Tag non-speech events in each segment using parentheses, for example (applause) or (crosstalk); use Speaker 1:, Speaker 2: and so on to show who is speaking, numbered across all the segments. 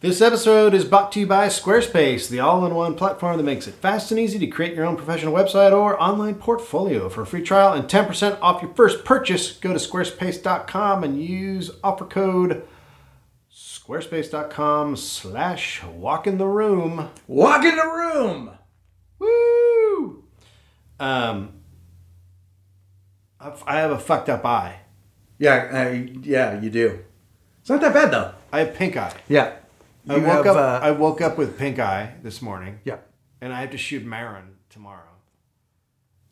Speaker 1: This episode is brought to you by Squarespace, the all in one platform that makes it fast and easy to create your own professional website or online portfolio. For a free trial and 10% off your first purchase, go to squarespace.com and use offer code squarespace.com slash walk in the room.
Speaker 2: Walk in the room.
Speaker 1: Woo! Um, I've- I have a fucked up eye.
Speaker 2: Yeah, I, yeah, you do. It's not that bad though.
Speaker 1: I have pink eye.
Speaker 2: Yeah.
Speaker 1: I
Speaker 2: You
Speaker 1: woke
Speaker 2: have,
Speaker 1: up.
Speaker 2: uh,
Speaker 1: I woke up with pink eye this morning,
Speaker 2: yeah.
Speaker 1: and I have to shoot Marin tomorrow.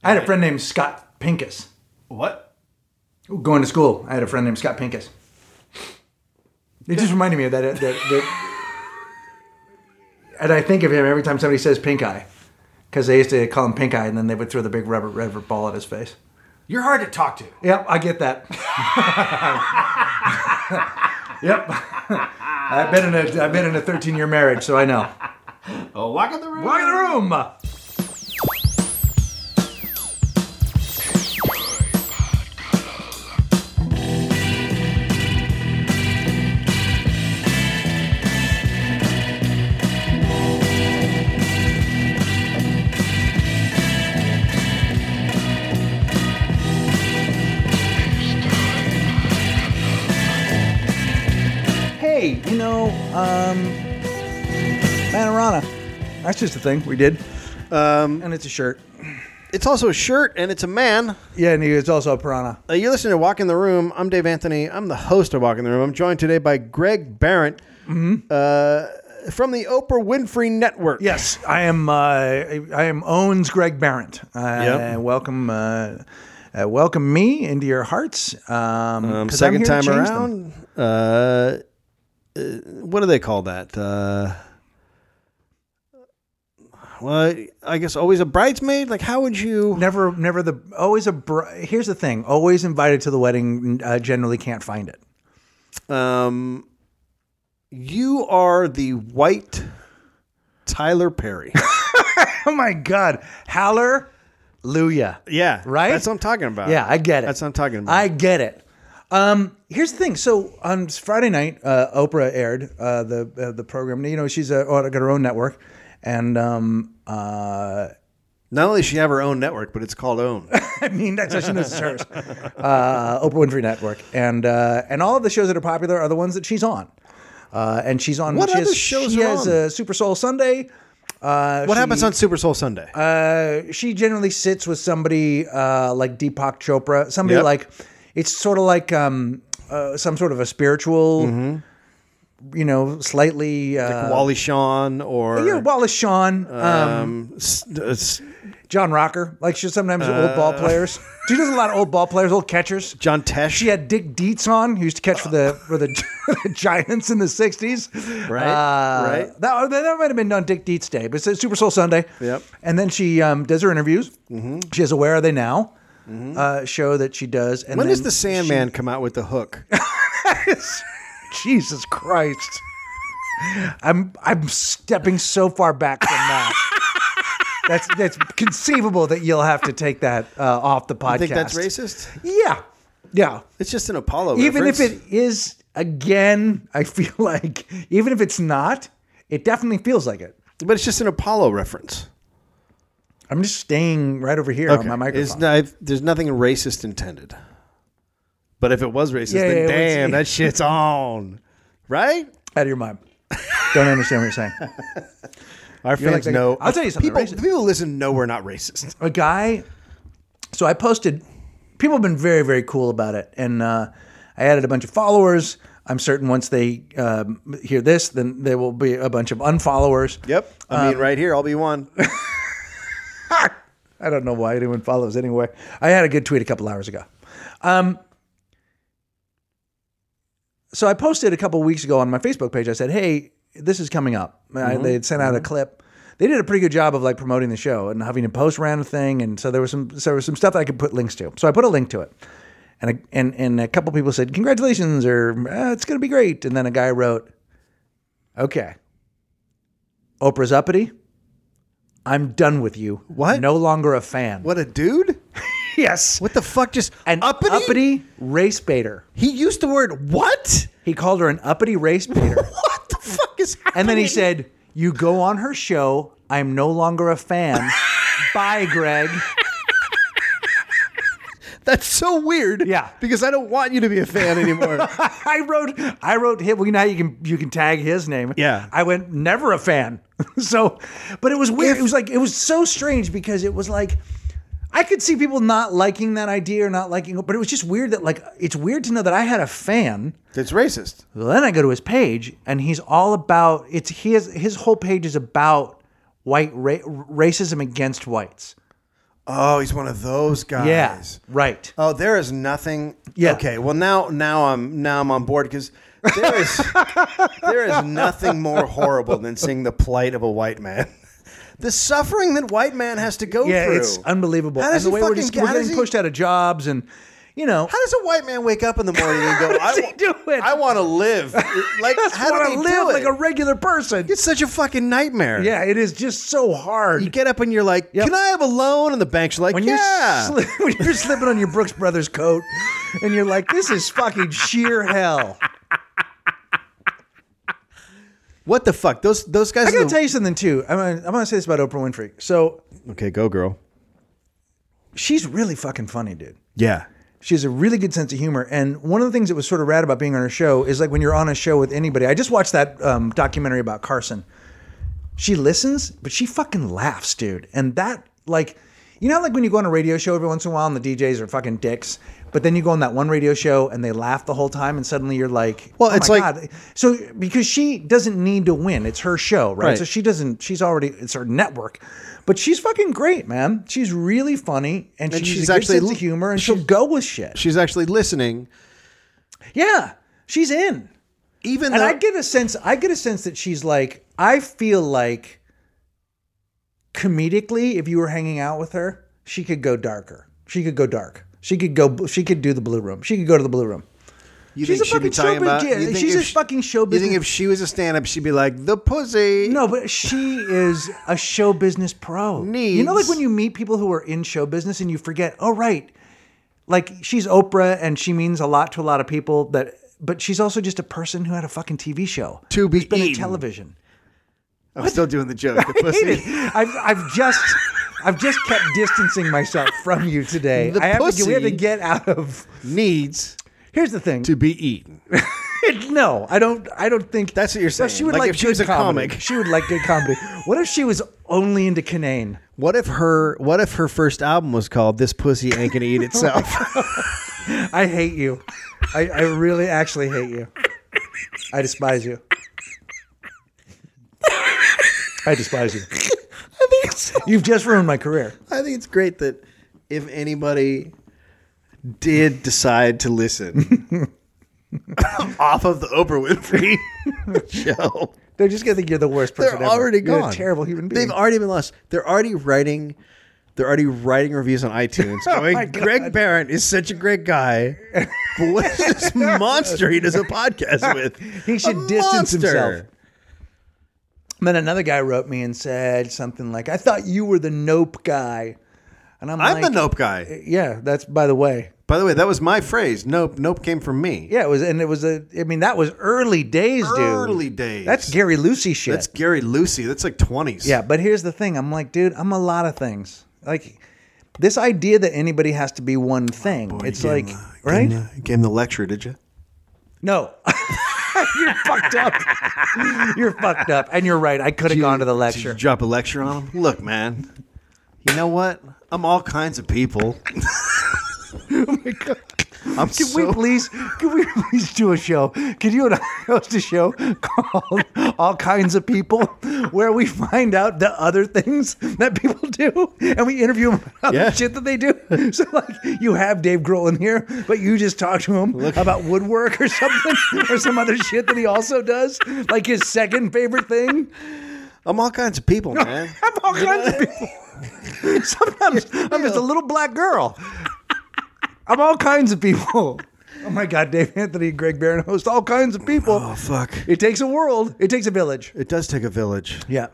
Speaker 2: I had a friend named Scott Pincus.
Speaker 1: What?
Speaker 2: Going to school, I had a friend named Scott Pincus. It just reminded me of that. uh, that, (laughs) that- and I think of him every time somebody says pink eye, because they used to call him pink eye, and then they would throw the big rubber rubber ball at his face.
Speaker 1: You're hard to talk to.
Speaker 2: Yep, I get that. (laughs) yep, (laughs) I've been in a I've been in a 13 year marriage, so I know.
Speaker 1: Oh, walk in the room.
Speaker 2: Walk in the room. Hey, you know, um, Manorana. That's just a thing we did. Um, and it's a shirt.
Speaker 1: It's also a shirt, and it's a man.
Speaker 2: Yeah, and he is also a piranha.
Speaker 1: Uh, you're listening to Walk in the Room. I'm Dave Anthony. I'm the host of Walk in the Room. I'm joined today by Greg Barrett
Speaker 2: Mm-hmm.
Speaker 1: uh, from the Oprah Winfrey Network.
Speaker 2: Yes, I am. Uh, I I am owns Greg Barrett. Uh,
Speaker 1: Yep.
Speaker 2: Welcome, uh, uh, welcome me into your hearts. Um, 'cause I'm
Speaker 1: Second
Speaker 2: here to
Speaker 1: time
Speaker 2: change them.
Speaker 1: around. Uh, uh, what do they call that? Uh, well, I guess always a bridesmaid. Like, how would you?
Speaker 2: Never, never the always a. Br- Here's the thing: always invited to the wedding. Uh, generally can't find it. (laughs)
Speaker 1: Um, you are the white Tyler Perry.
Speaker 2: Oh my God! Hallelujah!
Speaker 1: yeah,
Speaker 2: Right?
Speaker 1: That's what I'm talking about.
Speaker 2: Yeah, I get it.
Speaker 1: Uh, That's what I'm talking about.
Speaker 2: I get it. Um, here's the thing. So on Friday night, uh, Oprah aired uh, the uh, the program. You know, she's uh, got her own network, and um, uh, (laughs)
Speaker 1: Not only does she have her own network, but it's called OWN.
Speaker 2: I mean that's how she knows it's hers. Uh, Oprah Winfrey Network, and uh, and all of the shows that are popular are the ones that she's on. Uh, and she's on.
Speaker 1: What
Speaker 2: she has,
Speaker 1: other shows
Speaker 2: She
Speaker 1: are
Speaker 2: has
Speaker 1: on?
Speaker 2: uh, Super Soul Sunday. Uh,
Speaker 1: What happens on Super Soul Sunday?
Speaker 2: uh, she generally sits with somebody uh, like Deepak Chopra, somebody
Speaker 1: Yep.
Speaker 2: like it's sort of like um, uh, some sort of a spiritual, you know, slightly uh,
Speaker 1: Wally Shawn or
Speaker 2: yeah, Wallace Shawn, um,
Speaker 1: um, s- uh, s-
Speaker 2: John Rocker, like she's sometimes old ball players. She does a lot of old ball players, old catchers.
Speaker 1: John Tesh?
Speaker 2: She had Dick Dietz on, who used to catch for the for the, (laughs) the Giants in the '60s.
Speaker 1: Uh. Right,
Speaker 2: Uh,
Speaker 1: right.
Speaker 2: That, that might have been on Dick Dietz Day, but it's a Super Soul Sunday.
Speaker 1: Yep. Mm-hmm.
Speaker 2: And then she um, does her interviews. She has a Where Are They Now uh, show that she does. And
Speaker 1: When
Speaker 2: then
Speaker 1: does the Sandman come out with the hook?
Speaker 2: (laughs) Jesus Christ. I'm I'm stepping so far back
Speaker 1: (laughs)
Speaker 2: from that. That's that's conceivable that you'll have to take that uh, off the podcast.
Speaker 1: I think that's racist.
Speaker 2: Yeah, yeah.
Speaker 1: It's just an Apollo.
Speaker 2: even if
Speaker 1: reference.
Speaker 2: it is again i feel (laughs) like even if it's not it definitely feels like it
Speaker 1: but it's just an Apollo reference.
Speaker 2: i'm just staying right over here on my
Speaker 1: Okay. It's
Speaker 2: microphone
Speaker 1: not- I've- there's nothing racist intended. But if it was racist,
Speaker 2: Yeah,
Speaker 1: then
Speaker 2: yeah, it was-
Speaker 1: damn, that shit's on, right?
Speaker 2: out of your mind don't understand what
Speaker 1: (laughs)
Speaker 2: you're saying
Speaker 1: Our
Speaker 2: You're
Speaker 1: fans
Speaker 2: like-
Speaker 1: know.
Speaker 2: I'll tell you something,
Speaker 1: People,
Speaker 2: racist.
Speaker 1: the people who listen know we're not racist.
Speaker 2: a guy so i posted people have been very very cool about it and uh, i added a bunch of followers i'm certain once they um, hear this then there will be a bunch of unfollowers
Speaker 1: Yep. I
Speaker 2: Um,
Speaker 1: mean, right here, I'll be one.
Speaker 2: I don't know why anyone follows anyway. I had a good tweet a couple hours ago. Um, so I posted a couple weeks ago on my Facebook page. I said, "Hey, this is coming up." I, they had sent out a clip. They did a pretty good job of like promoting the show and having to post around a thing, and so there was some so there was some stuff I could put links to. So I put a link to it, and a, and and a couple people said, "Congratulations," or "Ah, "It's going to be great," and then a guy wrote, "Okay, Oprah's uppity." I'm done with you.
Speaker 1: What?
Speaker 2: No longer a fan.
Speaker 1: What a dude.
Speaker 2: yes.
Speaker 1: What the fuck just
Speaker 2: An uppity? race baiter.
Speaker 1: He used the word what?
Speaker 2: He called her an uppity race baiter.
Speaker 1: (laughs) What the fuck is happening?
Speaker 2: and then he said, You go on her show. I'm no longer a fan. Bye, Greg. (laughs)
Speaker 1: That's so weird.
Speaker 2: Yeah.
Speaker 1: Because I don't want you to be a fan anymore.
Speaker 2: I wrote I wrote him. Well, you know how you can you can tag his name.
Speaker 1: Yeah.
Speaker 2: I went never a fan. (laughs) so, but it was weird.
Speaker 1: If-
Speaker 2: it was like it was so strange because it was like I could see people not liking that idea or not liking it, but it was just weird that like it's weird to know that I had a fan.
Speaker 1: (laughs) That's racist.
Speaker 2: Well, then I go to his page, and he's all about it's he has, his whole page is about white ra- racism against whites.
Speaker 1: Oh, he's one of those guys.
Speaker 2: Yeah, right.
Speaker 1: Oh, there is nothing.
Speaker 2: Yeah.
Speaker 1: Okay. Well, now now I'm now I'm on board because there (laughs) is there is nothing more horrible than seeing the plight of a white man. (laughs) The suffering that white man has to go
Speaker 2: yeah,
Speaker 1: through.
Speaker 2: it's unbelievable.
Speaker 1: How
Speaker 2: and
Speaker 1: does
Speaker 2: the
Speaker 1: he
Speaker 2: way
Speaker 1: fucking
Speaker 2: we're just
Speaker 1: get-
Speaker 2: we're
Speaker 1: how does
Speaker 2: getting
Speaker 1: he-
Speaker 2: pushed out of jobs, and you know,
Speaker 1: How does a white man wake up in the morning and
Speaker 2: (laughs)
Speaker 1: go,
Speaker 2: does
Speaker 1: I,
Speaker 2: he
Speaker 1: wa-
Speaker 2: do it?
Speaker 1: I want to
Speaker 2: (laughs)
Speaker 1: live? Like, how
Speaker 2: want
Speaker 1: do they do
Speaker 2: to live like
Speaker 1: it?
Speaker 2: a regular person.
Speaker 1: It's such a fucking nightmare.
Speaker 2: Yeah, it is just so hard.
Speaker 1: You get up and you're like,
Speaker 2: Yep.
Speaker 1: can I have a loan? And the bank's like,
Speaker 2: when you're
Speaker 1: yeah.
Speaker 2: sli- (laughs) when you're slipping on your Brooks Brothers coat, and you're like, "This is fucking sheer hell."
Speaker 1: what the fuck? Those those guys.
Speaker 2: I
Speaker 1: are
Speaker 2: gotta
Speaker 1: the-
Speaker 2: tell you something too. I'm gonna, I'm gonna say this about Oprah Winfrey. So
Speaker 1: okay, go girl.
Speaker 2: she's really fucking funny, dude.
Speaker 1: Yeah.
Speaker 2: She has a really good sense of humor. And one of the things that was sort of rad about being on her show is like when you're on a show with anybody. I just watched that um, documentary about Carson. She listens, but she fucking laughs, dude. And that, like, you know, like when you go on a radio show every once in a while and the DJs are fucking dicks, but then you go on that one radio show and they laugh the whole time and suddenly you're like,
Speaker 1: Well,
Speaker 2: oh
Speaker 1: it's
Speaker 2: my
Speaker 1: like-
Speaker 2: God. So because she doesn't need to win, it's her show, right?
Speaker 1: Right.
Speaker 2: So she doesn't, she's already, it's her network. But she's fucking great, man. She's really funny and, she's,
Speaker 1: she's
Speaker 2: a good
Speaker 1: actually-
Speaker 2: sense of humor and she'll go with shit.
Speaker 1: She's actually listening.
Speaker 2: Yeah, she's in.
Speaker 1: Even
Speaker 2: And
Speaker 1: though
Speaker 2: I get a sense I get a sense that she's like I feel like comedically if you were hanging out with her, she could go darker. She could go dark. She could go she could do the blue room. She could go to the blue room.
Speaker 1: you
Speaker 2: she's
Speaker 1: think
Speaker 2: a
Speaker 1: she'd be
Speaker 2: fucking
Speaker 1: talking
Speaker 2: showbiz-
Speaker 1: about,
Speaker 2: yeah,
Speaker 1: you think
Speaker 2: she's
Speaker 1: if
Speaker 2: a fucking showbiz-
Speaker 1: You think if she was a stand-up, she'd be like the pussy.
Speaker 2: No, but she is a show business pro. You know like
Speaker 1: Needs.
Speaker 2: when you meet people who are in show business and you forget, "Oh right, like she's Oprah and she means a lot to a lot of people that but she's also just a person who had a fucking TV show.
Speaker 1: To be
Speaker 2: who's been in
Speaker 1: eaten.
Speaker 2: television.
Speaker 1: I'm still doing the
Speaker 2: (laughs)
Speaker 1: joke. The pussy.
Speaker 2: hate it. I've, I've just I've just kept distancing myself from you today.
Speaker 1: The
Speaker 2: I have to, get- we have to
Speaker 1: pussy.
Speaker 2: get out of.
Speaker 1: Needs
Speaker 2: Here's the thing.
Speaker 1: to be eaten.
Speaker 2: no, I don't. I don't think
Speaker 1: That's what you're
Speaker 2: No, She
Speaker 1: saying.
Speaker 2: would
Speaker 1: Like,
Speaker 2: like,
Speaker 1: if she
Speaker 2: good
Speaker 1: was a
Speaker 2: comedy.
Speaker 1: comic.
Speaker 2: She would like good comedy. What if she was only into Canaan?
Speaker 1: What if her What if her first album was called "This Pussy Ain't Gonna Eat
Speaker 2: (laughs)
Speaker 1: Itself"?
Speaker 2: I hate you. I, I really actually hate you. I despise you. I despise you.
Speaker 1: I think it's,
Speaker 2: You've just ruined my career.
Speaker 1: I think it's great that if anybody did decide to listen (laughs) off of the Oprah Winfrey (laughs) show,
Speaker 2: They're just gonna think you're the worst
Speaker 1: they're
Speaker 2: person. ever.
Speaker 1: already
Speaker 2: You're a
Speaker 1: gone.
Speaker 2: terrible human being.
Speaker 1: They've already been lost. They're already writing. They're already writing reviews on (laughs) iTunes. Going,
Speaker 2: my God.
Speaker 1: Greg Barron is such a great guy, but what is (laughs) this monster he does a podcast with?
Speaker 2: He should
Speaker 1: A
Speaker 2: distance
Speaker 1: monster.
Speaker 2: himself. And then another guy wrote me and said something like, "I thought you were the Nope guy," and I'm,
Speaker 1: I'm
Speaker 2: like,
Speaker 1: the nope guy.
Speaker 2: Yeah, that's by the way.
Speaker 1: By the way, that was my phrase. Nope, nope came from me.
Speaker 2: Yeah, it was, and it was a. I mean, that was early days, dude.
Speaker 1: Early days.
Speaker 2: That's Gary Lucy shit.
Speaker 1: That's Gary Lucy. That's like 20s.
Speaker 2: yeah, but here's the thing. I'm like, dude, I'm a lot of things. Like, this idea that anybody has to be one thing. it's
Speaker 1: You gave
Speaker 2: like,
Speaker 1: him, uh,
Speaker 2: right?
Speaker 1: Gave him, the, gave him the lecture, did you?
Speaker 2: No. (laughs) you're fucked up. you're fucked up, and you're right. I could have gone to the
Speaker 1: Did you
Speaker 2: lecture.
Speaker 1: drop a lecture on him? Look, man. You know what? I'm all kinds of people. (laughs) oh my god. I'm
Speaker 2: Can we
Speaker 1: so,
Speaker 2: please? Can we please do a show? Can you and I (laughs) host a show called "All Kinds of People," where we find out the other things that people do, and we interview them about
Speaker 1: Yeah.
Speaker 2: the shit that they do. So, like, you have Dave Grohl in here, but you just talk to him about woodwork or something, or some other shit that he also does, like his second favorite thing.
Speaker 1: I'm all kinds of people,
Speaker 2: (laughs)
Speaker 1: man.
Speaker 2: I'm all kinds of people. (laughs) Sometimes I'm just a little black girl. I'm all kinds of people. Oh my God, Dave Anthony, Greg Barron host all kinds of people.
Speaker 1: Oh fuck!
Speaker 2: It takes a world. It takes a village.
Speaker 1: It does take a village.
Speaker 2: Yeah.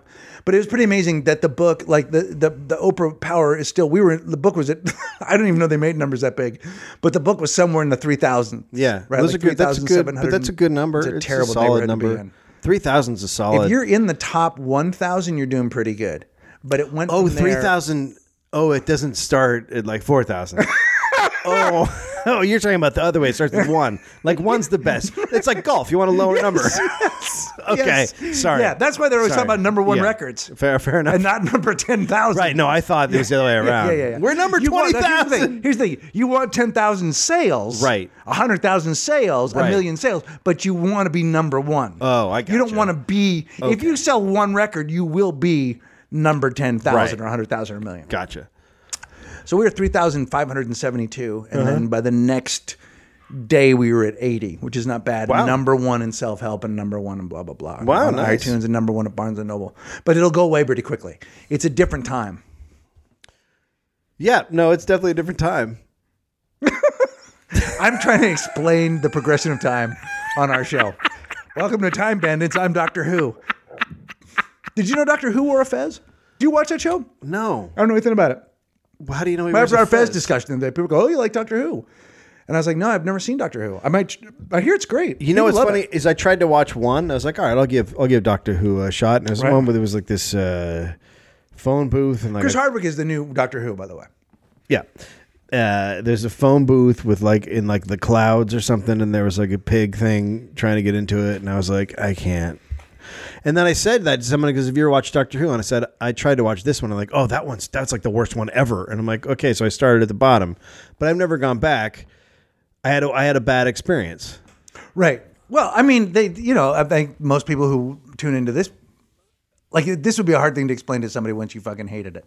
Speaker 2: But it was pretty amazing that the book, like the the, the Oprah power is still we were the book was at (laughs) I don't even know they made numbers that big, but the book was somewhere in the three thousand.
Speaker 1: Yeah,
Speaker 2: Right.
Speaker 1: Those
Speaker 2: like
Speaker 1: are good- That's a good. But
Speaker 2: 3,700.
Speaker 1: that's a good number.
Speaker 2: It's a terrible
Speaker 1: solid
Speaker 2: neighborhood to be
Speaker 1: number.
Speaker 2: in.
Speaker 1: Three thousand is a solid.
Speaker 2: If you're in the top one thousand, you're doing pretty good. But it went
Speaker 1: oh,
Speaker 2: from there-
Speaker 1: 3,000 Oh, it doesn't start at like four
Speaker 2: (laughs)
Speaker 1: thousand. oh, (laughs) oh, you're talking about the other way. It starts with one. Like one's the best. It's like golf. You want a lower number. (laughs) okay,
Speaker 2: Yes.
Speaker 1: sorry.
Speaker 2: Yeah, that's why they're always
Speaker 1: Sorry.
Speaker 2: talking about number one
Speaker 1: Yeah.
Speaker 2: records
Speaker 1: Fair, fair enough.
Speaker 2: and not number ten thousand.
Speaker 1: right? No, I thought it was the other way around.
Speaker 2: Yeah, yeah, yeah.
Speaker 1: We're number
Speaker 2: You
Speaker 1: twenty
Speaker 2: want- that's-
Speaker 1: thousand.
Speaker 2: Here's the thing. Here's the thing. You want 10,000 sales.
Speaker 1: Right.
Speaker 2: 100,000 sales,
Speaker 1: Right.
Speaker 2: a million sales, but you want to be number one.
Speaker 1: Oh, I
Speaker 2: You don't
Speaker 1: gotcha.
Speaker 2: want to be, if you sell one record, you will be number 10,000
Speaker 1: Right.
Speaker 2: or 100,000 or a million.
Speaker 1: Gotcha.
Speaker 2: So we were 3,572. And
Speaker 1: Uh-huh.
Speaker 2: then by the next day, we were at 80, which is not bad.
Speaker 1: Wow.
Speaker 2: Number one in self help and number one in blah, blah, blah.
Speaker 1: Wow,
Speaker 2: on
Speaker 1: nice.
Speaker 2: iTunes and number one at Barnes and Noble. But it'll go away pretty quickly. It's a different time.
Speaker 1: Yeah, no, it's definitely a different time.
Speaker 2: I'm trying to explain the progression of time on
Speaker 1: (laughs)
Speaker 2: our show. Welcome to Time Bandits. I'm Doctor Who. Did you know Doctor Who wore a fez? Do you watch that show? I
Speaker 1: No,
Speaker 2: don't know anything about it.
Speaker 1: how do you know he wears
Speaker 2: After
Speaker 1: a
Speaker 2: our fez
Speaker 1: fez?
Speaker 2: discussion the other day, people go, "Oh, you like Doctor Who?" And I was like, "No, I've never seen Doctor Who. I might. I hear it's great.
Speaker 1: You know
Speaker 2: People
Speaker 1: what's
Speaker 2: love
Speaker 1: funny
Speaker 2: it.
Speaker 1: is I tried to watch one. I was like, all right, I'll give I'll give Doctor Who a shot. And there's
Speaker 2: Right.
Speaker 1: one where there was like this uh, phone booth and like
Speaker 2: Chris
Speaker 1: a-
Speaker 2: Hardwick is the new Doctor Who, by the way.
Speaker 1: yeah. Uh, there's a phone booth with like in like the clouds or something, and there was like a pig thing trying to get into it, and I was like, I can't. And then I said that to someone because if you ever watched Doctor Who, and I said I tried to watch this one, I'm like, oh, that one's that's like the worst one ever, and I'm like, okay, so I started at the bottom, but I've never gone back. I had a, I had a bad experience.
Speaker 2: Right. Well, I mean, they. You know, I think most people who tune into this, like, this would be a hard thing to explain to somebody once you fucking hated it,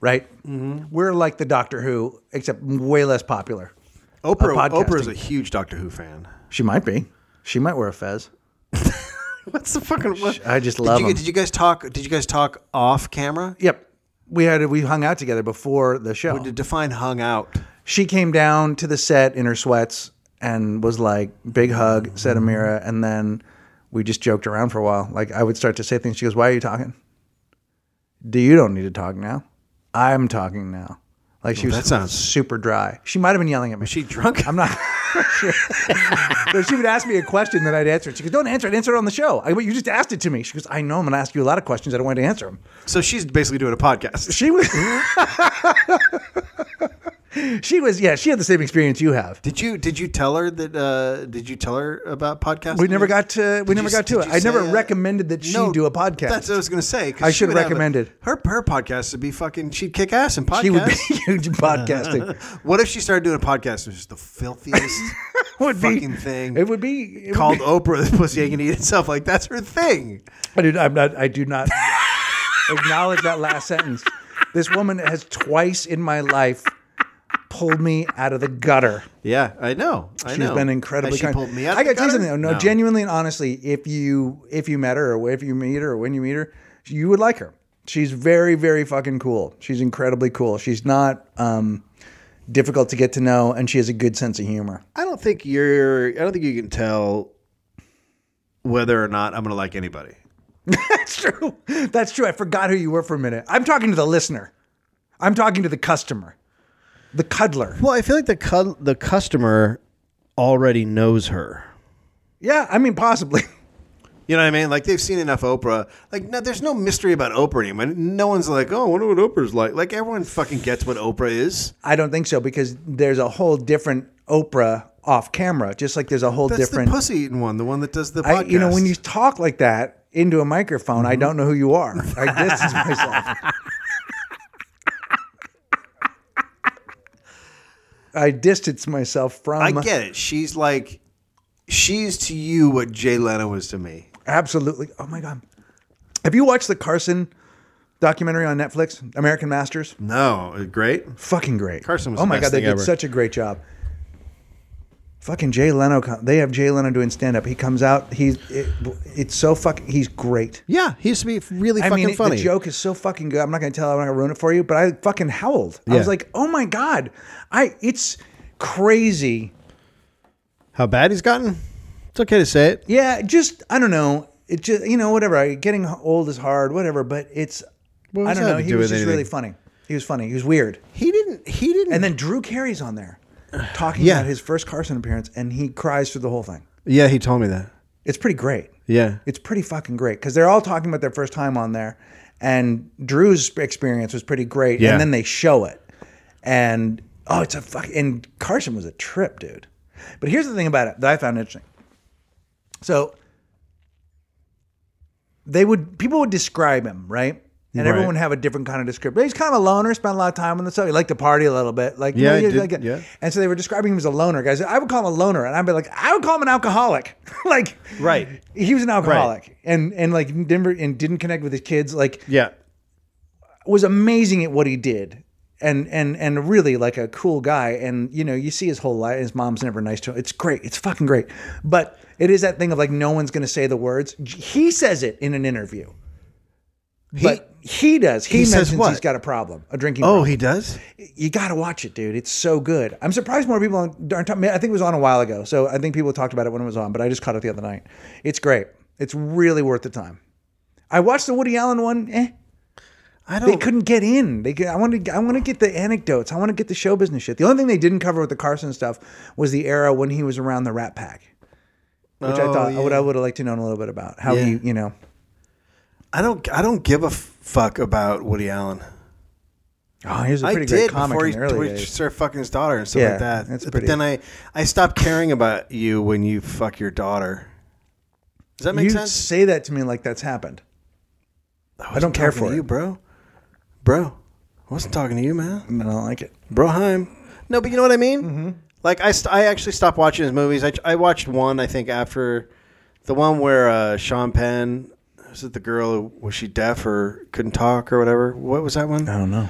Speaker 2: right?
Speaker 1: Mm-hmm.
Speaker 2: We're like the Doctor Who, except way less popular.
Speaker 1: Oprah
Speaker 2: podcasting.
Speaker 1: Oprah's a huge Doctor Who fan.
Speaker 2: She might be. She might wear a fez.
Speaker 1: (laughs) What's the fucking? What?
Speaker 2: I just
Speaker 1: Did
Speaker 2: love
Speaker 1: you,
Speaker 2: 'em.
Speaker 1: Did you guys talk? Did you guys talk off camera?
Speaker 2: Yep. We had we hung out together before the show.
Speaker 1: To define hung out.
Speaker 2: she came down to the set in her sweats and was like big hug, said Amira, and then we just joked around for a while. Like I would start to say things. She goes, "Why are you talking? Do you don't need to talk now? I'm talking now." Like she was
Speaker 1: that sounds-
Speaker 2: super dry. She might have been yelling at me.
Speaker 1: She drunk.
Speaker 2: I'm not sure. (laughs) but she would ask me a question that I'd answer. She goes, "Don't answer it. Answer it on the show." I, go, you just asked it to me. She goes, "I know. I'm going to ask you a lot of questions. I don't want to answer them."
Speaker 1: so she's basically doing a podcast.
Speaker 2: She was. (laughs) she was. Yeah, she had the same experience you have.
Speaker 1: Did you did you tell her that? Uh, did you tell her about podcasting?
Speaker 2: We never got to. We
Speaker 1: Did
Speaker 2: never
Speaker 1: you-
Speaker 2: got to
Speaker 1: did
Speaker 2: it.
Speaker 1: you
Speaker 2: I never
Speaker 1: say, uh,
Speaker 2: recommended that she
Speaker 1: No,
Speaker 2: do a podcast.
Speaker 1: That's what I was gonna say. 'cause
Speaker 2: I
Speaker 1: she
Speaker 2: should
Speaker 1: would have a-
Speaker 2: recommend it.
Speaker 1: Her her podcast would be fucking. She'd kick ass in podcasts.
Speaker 2: she would be (laughs) huge in
Speaker 1: (laughs)
Speaker 2: podcasting.
Speaker 1: what if she started doing a podcast? It was just the filthiest
Speaker 2: (laughs) would be
Speaker 1: fucking thing.
Speaker 2: It would be it would
Speaker 1: called
Speaker 2: be-
Speaker 1: Oprah the pussy ain't gonna eat itself. Like that's her thing.
Speaker 2: I do. I'm not. I do not (laughs) acknowledge that last sentence. This woman has twice in my life pulled me out of the gutter.
Speaker 1: Yeah, I know. I
Speaker 2: She's
Speaker 1: know.
Speaker 2: been incredibly
Speaker 1: Has she
Speaker 2: kind.
Speaker 1: pulled me out.
Speaker 2: I
Speaker 1: got
Speaker 2: got to tell you something though. No, genuinely and honestly, if you if you met her or if you meet her or when you meet her, you would like her. She's very very fucking cool. She's incredibly cool. She's not um, difficult to get to know, and she has a good sense of humor. (laughs)
Speaker 1: I don't think you're. I don't think you can tell whether or not I'm going to like anybody.
Speaker 2: That's true. That's true. I forgot who you were for a minute. I'm talking to the listener. I'm talking to the customer, the cuddler.
Speaker 1: Well, I feel like the cu- the customer already knows her.
Speaker 2: Yeah, I mean possibly. (laughs)
Speaker 1: You know what I mean? Like they've seen enough Oprah. Like no, there's no mystery about Oprah anymore. No one's like, oh, I wonder what Oprah's like. Like everyone fucking gets what Oprah is.
Speaker 2: I don't think so because there's a whole different Oprah off camera, just like there's a whole
Speaker 1: That's
Speaker 2: different
Speaker 1: the pussy eating one, the one that does the
Speaker 2: I,
Speaker 1: podcast. Mm-hmm.
Speaker 2: you know, when you talk like that into a microphone, I don't know who you are.
Speaker 1: (laughs)
Speaker 2: I distance myself. I distance myself from.
Speaker 1: I get it. She's like, she's to you what Jay Leno was to me.
Speaker 2: Absolutely. Oh my god. Have you watched the Carson documentary on Netflix, American Masters?
Speaker 1: No, uh, great.
Speaker 2: Fucking great.
Speaker 1: Carson was
Speaker 2: Oh
Speaker 1: the
Speaker 2: my
Speaker 1: best
Speaker 2: god, they
Speaker 1: thing
Speaker 2: did
Speaker 1: ever.
Speaker 2: such a great job. Fucking Jay Leno. Come, they have Jay Leno doing stand up. He comes out. He's it, it's so fucking. He's great.
Speaker 1: Yeah, he used to be really
Speaker 2: I
Speaker 1: fucking
Speaker 2: mean, it-
Speaker 1: funny.
Speaker 2: the joke is so fucking good. I'm not gonna tell. I'm not gonna ruin it for you. But I fucking howled. I was
Speaker 1: Yeah.
Speaker 2: like, oh my god, I it's crazy
Speaker 1: How bad he's gotten? It's okay to say it.
Speaker 2: Yeah, just I don't know. It just you know whatever. I- Getting h- old is hard, whatever. But it's
Speaker 1: What
Speaker 2: I
Speaker 1: does
Speaker 2: don't
Speaker 1: that
Speaker 2: know.
Speaker 1: have to
Speaker 2: He
Speaker 1: do
Speaker 2: was
Speaker 1: with
Speaker 2: just really
Speaker 1: anything?
Speaker 2: funny. He was funny. He was weird.
Speaker 1: He didn't. He didn't.
Speaker 2: And then Drew Carey's on there talking
Speaker 1: Yeah.
Speaker 2: about his first Carson appearance, and he cries through the whole thing.
Speaker 1: yeah, he told me that.
Speaker 2: It's pretty great.
Speaker 1: Yeah.
Speaker 2: It's pretty fucking great because they're all talking about their first time on there, and Drew's experience was pretty great.
Speaker 1: Yeah.
Speaker 2: And then they show it, and oh, it's a fuck. And Carson was a trip, dude. But here's the thing about it that I found interesting. So they would people would describe him right, and
Speaker 1: Right.
Speaker 2: everyone would have a different kind of description. He's kind of a loner, spent a lot of time on the subway, liked to party a little bit, like you
Speaker 1: Yeah,
Speaker 2: know,
Speaker 1: I
Speaker 2: he-
Speaker 1: did-
Speaker 2: like-
Speaker 1: yeah.
Speaker 2: And so they were describing him as a loner, guys. I would call him a loner, and I'd be like, I would call him an alcoholic, (laughs) like
Speaker 1: Right.
Speaker 2: he was an alcoholic and and like Denver and didn't connect with his kids. Like
Speaker 1: Yeah.
Speaker 2: was amazing at what he did. And and and really like a cool guy. And you know, you see his whole life. His mom's never nice to him. It's great. It's fucking great. But it is that thing of like no one's gonna say the words. He says it in an interview. but he does. He,
Speaker 1: he says
Speaker 2: mentions
Speaker 1: what?
Speaker 2: he's got a problem, a drinking.
Speaker 1: Oh,
Speaker 2: problem.
Speaker 1: he does.
Speaker 2: you got to watch it, dude. It's so good. I'm surprised more people aren't aren't talking. I think it was on a while ago, so I think people talked about it when it was on. But I just caught it the other night. It's great. It's really worth the time. I watched the Woody Allen one. Eh,
Speaker 1: I
Speaker 2: they
Speaker 1: don't.
Speaker 2: couldn't get in. They could, I want to I want to get the anecdotes. I want to get the show business shit. The only thing they didn't cover with the Carson stuff was the era when he was around the Rat Pack, which I
Speaker 1: Oh,
Speaker 2: thought I would
Speaker 1: yeah.
Speaker 2: I would have liked to know a little bit about how
Speaker 1: Yeah.
Speaker 2: he you know.
Speaker 1: I don't. I don't give a f- fuck about Woody Allen.
Speaker 2: Oh, he was a
Speaker 1: I
Speaker 2: pretty
Speaker 1: did
Speaker 2: great comic
Speaker 1: before
Speaker 2: in
Speaker 1: he,
Speaker 2: the early
Speaker 1: before he
Speaker 2: days.
Speaker 1: started fucking his daughter and stuff
Speaker 2: Yeah,
Speaker 1: like that.
Speaker 2: that's
Speaker 1: but
Speaker 2: pretty-
Speaker 1: then I, I stopped caring about you when you fuck your daughter. Does that make
Speaker 2: You
Speaker 1: sense?
Speaker 2: say that to me like that's happened. I don't care
Speaker 1: Talking
Speaker 2: for
Speaker 1: to
Speaker 2: it.
Speaker 1: you, bro. Bro, I wasn't talking to you, man.
Speaker 2: I don't like it.
Speaker 1: Broheim. No, but you know what I mean. Like I, st- I actually stopped watching his movies. I, I watched one I think after the one where uh, Sean Penn was it the girl who was she deaf or couldn't talk or whatever. What was that one?
Speaker 2: I don't know.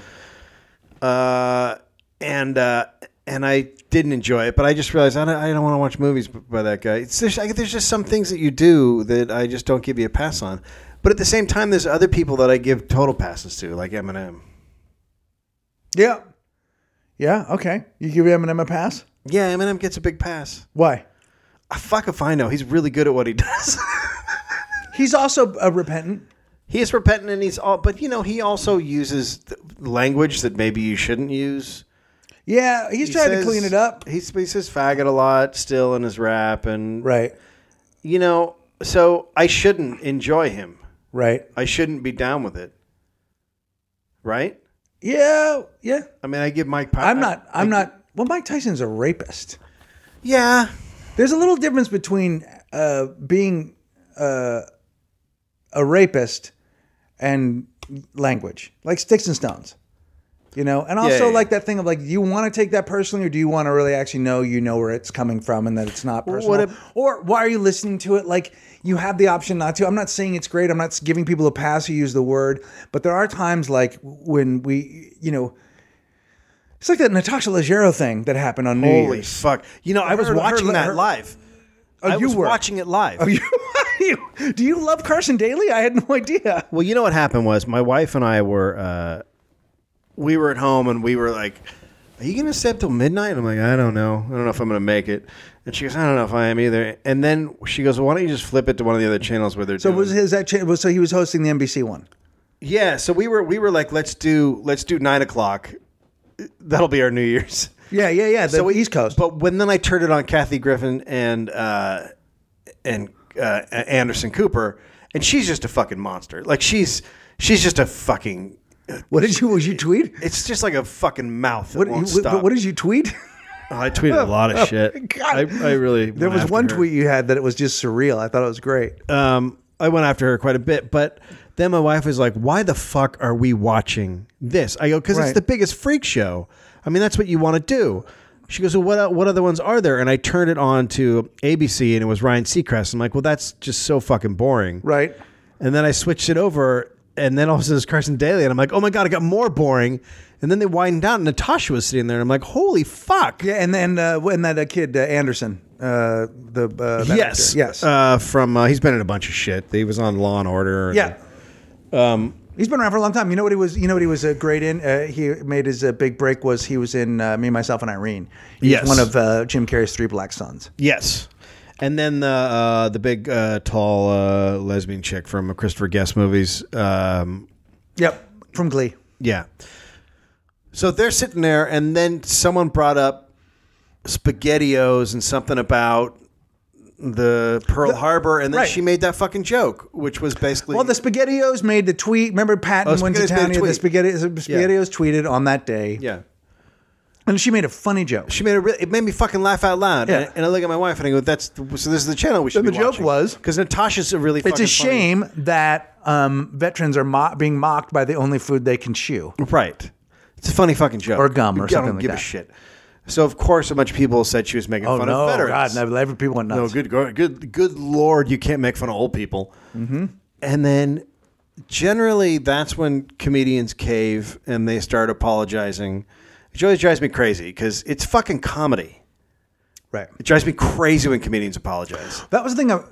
Speaker 1: Uh, and uh, and I didn't enjoy it, but I just realized I don't, I don't want to watch movies b- by that guy. It's just, I, there's just some things that you do that I just don't give you a pass on. But at the same time, there's other people that I give total passes to, like Eminem.
Speaker 2: Yeah. Yeah, okay. You give Eminem a pass?
Speaker 1: Yeah, Eminem gets a big pass.
Speaker 2: Why?
Speaker 1: I fuck if I know. He's really good at what he (laughs) does.
Speaker 2: He's also a repentant.
Speaker 1: he is repentant, and he's all. But you know, he also uses th- language that maybe you shouldn't use.
Speaker 2: Yeah, he's
Speaker 1: He
Speaker 2: trying
Speaker 1: says-
Speaker 2: to clean it up.
Speaker 1: He, sp- he says faggot a lot still in his rap, and
Speaker 2: Right.
Speaker 1: you know, so I shouldn't enjoy him.
Speaker 2: Right.
Speaker 1: I shouldn't be down with it. Right?
Speaker 2: Yeah, yeah.
Speaker 1: I mean, I give Mike. Pop-
Speaker 2: I'm not I'm not well Mike Tyson's a rapist.
Speaker 1: Yeah.
Speaker 2: There's a little difference between uh being uh a rapist and language. Like sticks and stones. You know, and also
Speaker 1: yeah, yeah.
Speaker 2: like that thing of like, do you want to take that personally, or do you want to really actually know you know where it's coming from and that it's not personal?
Speaker 1: what if-
Speaker 2: or why are you listening to it? Like you have the option not to. I'm not saying it's great. I'm not giving people a pass who use the word, but there are times like when we, you know, it's like that Natasha Leggero thing that happened on New
Speaker 1: Holy
Speaker 2: Year's.
Speaker 1: fuck! You know, I was
Speaker 2: Her- her-
Speaker 1: watching that
Speaker 2: her-
Speaker 1: live.
Speaker 2: Oh,
Speaker 1: I
Speaker 2: you
Speaker 1: was
Speaker 2: were. Oh,
Speaker 1: watching it live.
Speaker 2: Are you, (laughs) you- do you love Carson Daly? I had no idea.
Speaker 1: Well, you know what happened was my wife and I were uh, we were at home and we were like, "Are you gonna stay up till midnight?" And I'm like, "I don't know. I don't know if I'm gonna make it." And she goes, "I don't know if I am either." And then she goes, well, "Why don't you just flip it to one of the other channels where they're
Speaker 2: So
Speaker 1: doing
Speaker 2: was his that cha- was so he was hosting the NBC one.
Speaker 1: Yeah, so we were we were like, let's do let's do nine o'clock. That'll be our New Year's.
Speaker 2: Yeah, yeah, yeah. The
Speaker 1: so we-
Speaker 2: East Coast.
Speaker 1: But when then I turned it on Kathy Griffin and uh, and uh, Anderson Cooper, and she's just a fucking monster. Like she's she's just a fucking.
Speaker 2: what did you? Was you tweet?
Speaker 1: It's just like a fucking mouth that
Speaker 2: What,
Speaker 1: won't
Speaker 2: you-
Speaker 1: stop.
Speaker 2: what did you tweet? (laughs)
Speaker 1: Oh, I tweeted a lot of shit.
Speaker 2: God.
Speaker 1: I, I really
Speaker 2: There
Speaker 1: went
Speaker 2: was
Speaker 1: after
Speaker 2: one
Speaker 1: her.
Speaker 2: tweet you had that it was just surreal. I thought it was great.
Speaker 1: um, I went after her quite a bit, but then my wife was like, "Why the fuck are we watching this?" I go, "Because
Speaker 2: Right.
Speaker 1: it's the biggest freak show. I mean, that's what you want to do." She goes, "Well, what el- what other ones are there?" And I turned it on to ABC, and it was Ryan Seacrest. I'm like, "Well, that's just so fucking boring."
Speaker 2: Right.
Speaker 1: And then I switched it over, and then all of a sudden it's Carson Daly, and I'm like, "Oh my god, it got more boring." And then they widened out, and Natasha was sitting there, and I'm like, "Holy fuck!"
Speaker 2: Yeah, and then uh, when that uh, kid uh, Anderson, uh, the uh, that
Speaker 1: Yes,
Speaker 2: actor. yes,
Speaker 1: Uh, from uh, he's been in a bunch of shit. He was on Law and Order. and-
Speaker 2: yeah. He's been around for a long time. You know what he was? You know what he was uh, great in? Uh, he made his uh, big break was he was in uh, Me, Myself, and Irene. He's
Speaker 1: Yes.
Speaker 2: one of uh, Jim Carrey's three black sons.
Speaker 1: Yes. And then the uh, the big uh, tall uh, lesbian chick from Christopher Guest movies. Um,
Speaker 2: Yep, from Glee.
Speaker 1: yeah. So they're sitting there, and then someone brought up SpaghettiOs and something about the Pearl Harbor, and then
Speaker 2: right.
Speaker 1: she made that fucking joke, which was basically
Speaker 2: Well, the SpaghettiOs made the tweet. Remember, Patton
Speaker 1: Oh,
Speaker 2: went to
Speaker 1: SpaghettiOs made a
Speaker 2: town. he had The
Speaker 1: tweet.
Speaker 2: Spaghetti, SpaghettiOs tweeted on that day,
Speaker 1: yeah.
Speaker 2: and she made a funny joke.
Speaker 1: She made a re- it made me fucking laugh out loud,
Speaker 2: Yeah.
Speaker 1: and, and I look at my wife and I go, "That's the, so this is the channel we should."
Speaker 2: the
Speaker 1: be
Speaker 2: joke was-
Speaker 1: because Natasha's a really
Speaker 2: It's a
Speaker 1: fucking funny-
Speaker 2: shame that um, veterans are mo- being mocked by the only food they can chew.
Speaker 1: Right. It's a funny fucking joke.
Speaker 2: Or gum or
Speaker 1: I
Speaker 2: something
Speaker 1: don't
Speaker 2: like
Speaker 1: give a
Speaker 2: that.
Speaker 1: shit. So of course a bunch of people said she was making
Speaker 2: Oh
Speaker 1: fun
Speaker 2: no,
Speaker 1: of veterans.
Speaker 2: God! No, every- people went
Speaker 1: no,
Speaker 2: nuts.
Speaker 1: good, go- good, good lord, you can't make fun of old people.
Speaker 2: Mm-hmm.
Speaker 1: And then generally that's when comedians cave and they start apologizing. It always drives me crazy because it's fucking comedy.
Speaker 2: right.
Speaker 1: It drives me crazy when comedians apologize.
Speaker 2: That was the thing. I,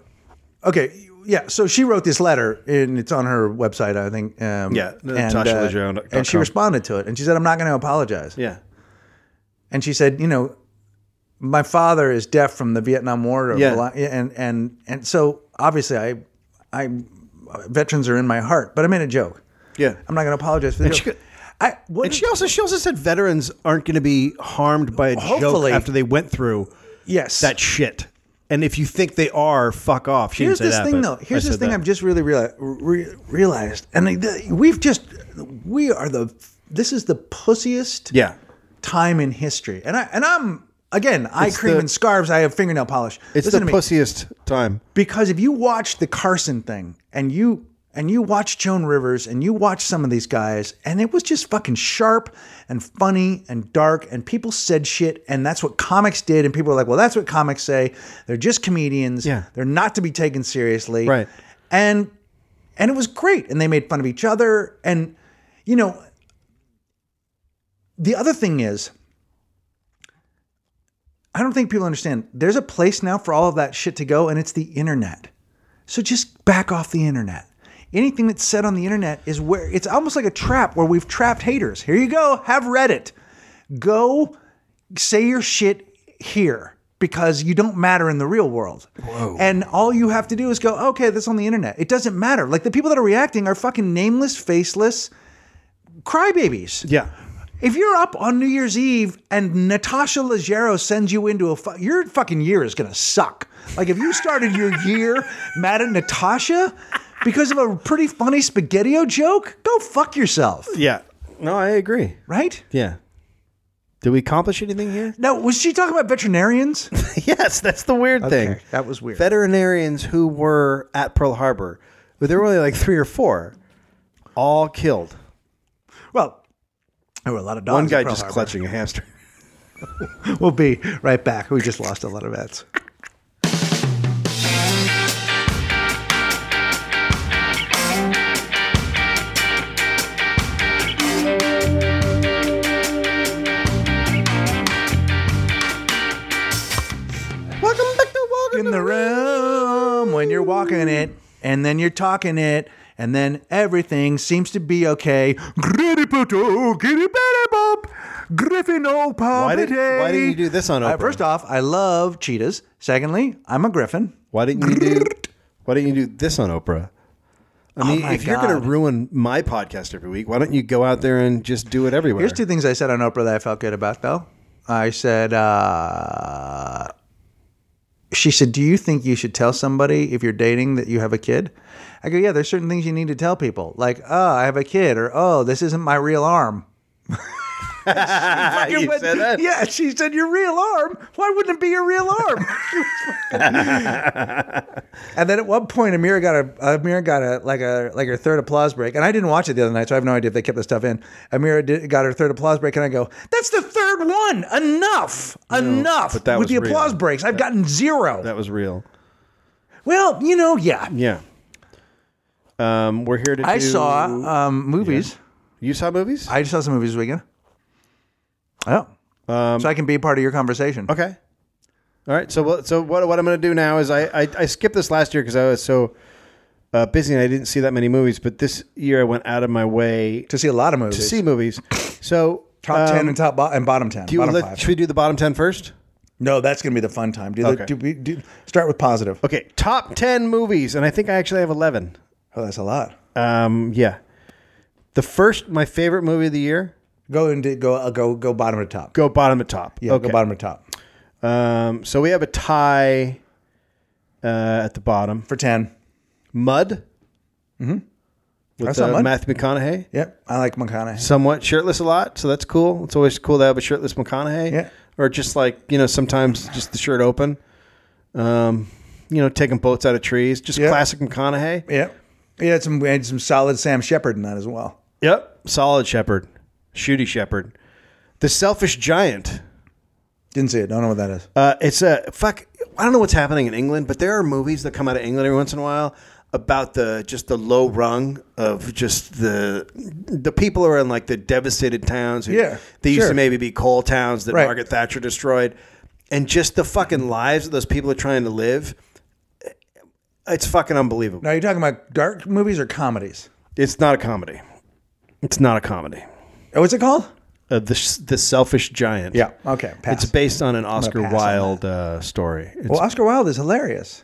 Speaker 2: okay, yeah. So she wrote this letter, and it's on her website, I think. Um,
Speaker 1: Yeah,
Speaker 2: and, uh,
Speaker 1: NatashaLejeune dot
Speaker 2: and she
Speaker 1: com.
Speaker 2: responded to it, and she said, "I'm not going to apologize."
Speaker 1: Yeah.
Speaker 2: And she said, "You know, my father is deaf from the Vietnam War, or
Speaker 1: Yeah.
Speaker 2: bli- and and and so obviously, I, I, veterans are in my heart, but I made a joke.
Speaker 1: Yeah.
Speaker 2: I'm not going to apologize for the
Speaker 1: And she
Speaker 2: joke.
Speaker 1: could-
Speaker 2: I what?
Speaker 1: And she also she also said veterans aren't going to be harmed by a
Speaker 2: Hopefully.
Speaker 1: joke after they went through
Speaker 2: yes,
Speaker 1: that shit. And if you think they are, fuck off. She
Speaker 2: Here's
Speaker 1: didn't
Speaker 2: this
Speaker 1: say that,
Speaker 2: thing, though.
Speaker 1: but
Speaker 2: Here's
Speaker 1: I
Speaker 2: this
Speaker 1: said
Speaker 2: thing
Speaker 1: that.
Speaker 2: I've just really realized, re- realized and I- the- we've just we are the this is the pussiest
Speaker 1: Yeah.
Speaker 2: time in history, and I and I'm again I cream
Speaker 1: the-
Speaker 2: in scarves, I have fingernail polish.
Speaker 1: It's
Speaker 2: Listen
Speaker 1: the
Speaker 2: to me,
Speaker 1: pussiest time.
Speaker 2: because if you watch the Carson thing and you and you watch Joan Rivers and you watch some of these guys, and it was just fucking sharp and funny and dark, and people said shit, and that's what comics did, and people were like, well, that's what comics say. They're just comedians.
Speaker 1: Yeah.
Speaker 2: They're not to be taken seriously.
Speaker 1: Right.
Speaker 2: And and it was great. And they made fun of each other. And you know, the other thing is, I don't think people understand. There's a place now for all of that shit to go, and it's the internet. So just back off the internet. Anything that's said on the internet is where it's almost like a trap where we've trapped haters. Here you go, have Reddit. Go say your shit here because you don't matter in the real world. And all you have to do is go, okay, that's on the internet. It doesn't matter. Like the people that are reacting are fucking nameless, faceless crybabies.
Speaker 1: Yeah.
Speaker 2: If you're up on New Year's Eve and Natasha Leggero sends you into a fu- your fucking year is gonna suck. Like if you started your year mad at Natasha because of a pretty funny spaghettio joke, go fuck yourself,
Speaker 1: Yeah. No, I agree.
Speaker 2: right?
Speaker 1: Yeah. Did we accomplish anything here?
Speaker 2: Now, was she talking about veterinarians?
Speaker 1: (laughs) yes, that's the weird thing.
Speaker 2: (laughs) that was weird.
Speaker 1: Veterinarians who were at Pearl Harbor, but there were only like three or four, all killed.
Speaker 2: well, there were a lot of dogs.
Speaker 1: One guy
Speaker 2: at Pearl
Speaker 1: just
Speaker 2: Harbor.
Speaker 1: clutching a hamster. (laughs)
Speaker 2: We'll be right back. We just lost a lot of vets.
Speaker 1: Welcome back to Walking
Speaker 2: in the room when you're walking it and then you're talking it and then everything seems to be okay. Gritty puto, gritty bitty bop, griffin o
Speaker 1: Why did- why didn't you do this on
Speaker 2: Uh,
Speaker 1: Oprah?
Speaker 2: first off, I love cheetahs. Secondly, I'm a griffin.
Speaker 1: Why didn't you do? Why didn't you do this on Oprah? I mean,
Speaker 2: Oh my
Speaker 1: if you're going
Speaker 2: God.
Speaker 1: to ruin my podcast every week, why don't you go out there and just do it everywhere?
Speaker 2: Here's two things I said on Oprah that I felt good about, though. I said, uh, she said, Do you think you should tell somebody if you're dating that you have a kid? I go, Yeah, there's certain things you need to tell people, like, Oh, I have a kid, or Oh, this isn't my real arm.
Speaker 1: (laughs) Ah, you
Speaker 2: But-
Speaker 1: said that?
Speaker 2: Yeah, she said, Your real arm? Why wouldn't it be your real
Speaker 1: (laughs)
Speaker 2: arm? and then at one point, Amira got a Amira got a like a like her third applause break, and I didn't watch it the other night, so I have no idea if they kept this stuff in. Amira did, got her third applause break, and I go, "That's the third one. Enough, enough
Speaker 1: but that
Speaker 2: with
Speaker 1: was
Speaker 2: the
Speaker 1: real.
Speaker 2: applause breaks. I've gotten zero.
Speaker 1: That was real.
Speaker 2: well, you know, yeah.
Speaker 1: Yeah. Um, we're here to.
Speaker 2: I
Speaker 1: do-
Speaker 2: saw um, movies.
Speaker 1: You saw movies?
Speaker 2: I saw some movies this weekend. Oh, so I can be part of your conversation.
Speaker 1: Um, okay. All right. So what? So what? What I'm going to do now is I I, I skipped this last year because I was so uh, busy and I didn't see that many movies. But this year I went out of my way
Speaker 2: to see a lot of movies.
Speaker 1: to see movies. So
Speaker 2: top ten
Speaker 1: um,
Speaker 2: and top bo- and bottom ten.
Speaker 1: Do you,
Speaker 2: bottom
Speaker 1: let-
Speaker 2: five.
Speaker 1: should we do the bottom ten first?
Speaker 2: no, that's gonna be the fun time. Do, the-
Speaker 1: Okay.
Speaker 2: do, we- do start with positive.
Speaker 1: Okay, top ten movies, and I think I actually have eleven.
Speaker 2: Oh, that's a lot.
Speaker 1: Um, yeah, the first, my favorite movie of the year.
Speaker 2: Go and do- go uh, go go bottom to top.
Speaker 1: Go bottom to top.
Speaker 2: Yeah, go bottom to top
Speaker 1: Um, so we have a tie uh, at the bottom.
Speaker 2: for ten.
Speaker 1: Mud. Mm-hmm. With
Speaker 2: I saw
Speaker 1: uh,
Speaker 2: Mud.
Speaker 1: Matthew McConaughey.
Speaker 2: Yep, I like McConaughey.
Speaker 1: Somewhat shirtless a lot, so that's cool. It's always cool to have a shirtless McConaughey.
Speaker 2: Yeah.
Speaker 1: Or just like you know, sometimes just the shirt open. Um, you know, taking boats out of trees. Just
Speaker 2: Yeah.
Speaker 1: classic McConaughey.
Speaker 2: Yep. Yeah, some we had some solid Sam Shepard in that as well.
Speaker 1: Yep. Solid shepherd. Shooty shepherd. The selfish giant.
Speaker 2: Didn't see it. Don't know what that is.
Speaker 1: Uh, it's a fuck. I don't know what's happening in England, but there are movies that come out of England every once in a while about the just the low rung of just the the people who are in like the devastated towns. Who,
Speaker 2: Yeah,
Speaker 1: they used
Speaker 2: sure.
Speaker 1: to maybe be coal towns that
Speaker 2: Right.
Speaker 1: Margaret Thatcher destroyed, and just the fucking lives that those people are trying to live. It's fucking unbelievable.
Speaker 2: Now you're talking about dark movies or comedies?
Speaker 1: It's not a comedy. It's not a comedy.
Speaker 2: Oh, what's it called?
Speaker 1: Uh, the the selfish giant.
Speaker 2: Yeah. Okay. Pass.
Speaker 1: It's based on an Oscar
Speaker 2: pass on that.
Speaker 1: Wilde uh, story. It's
Speaker 2: well, Oscar Wilde is hilarious.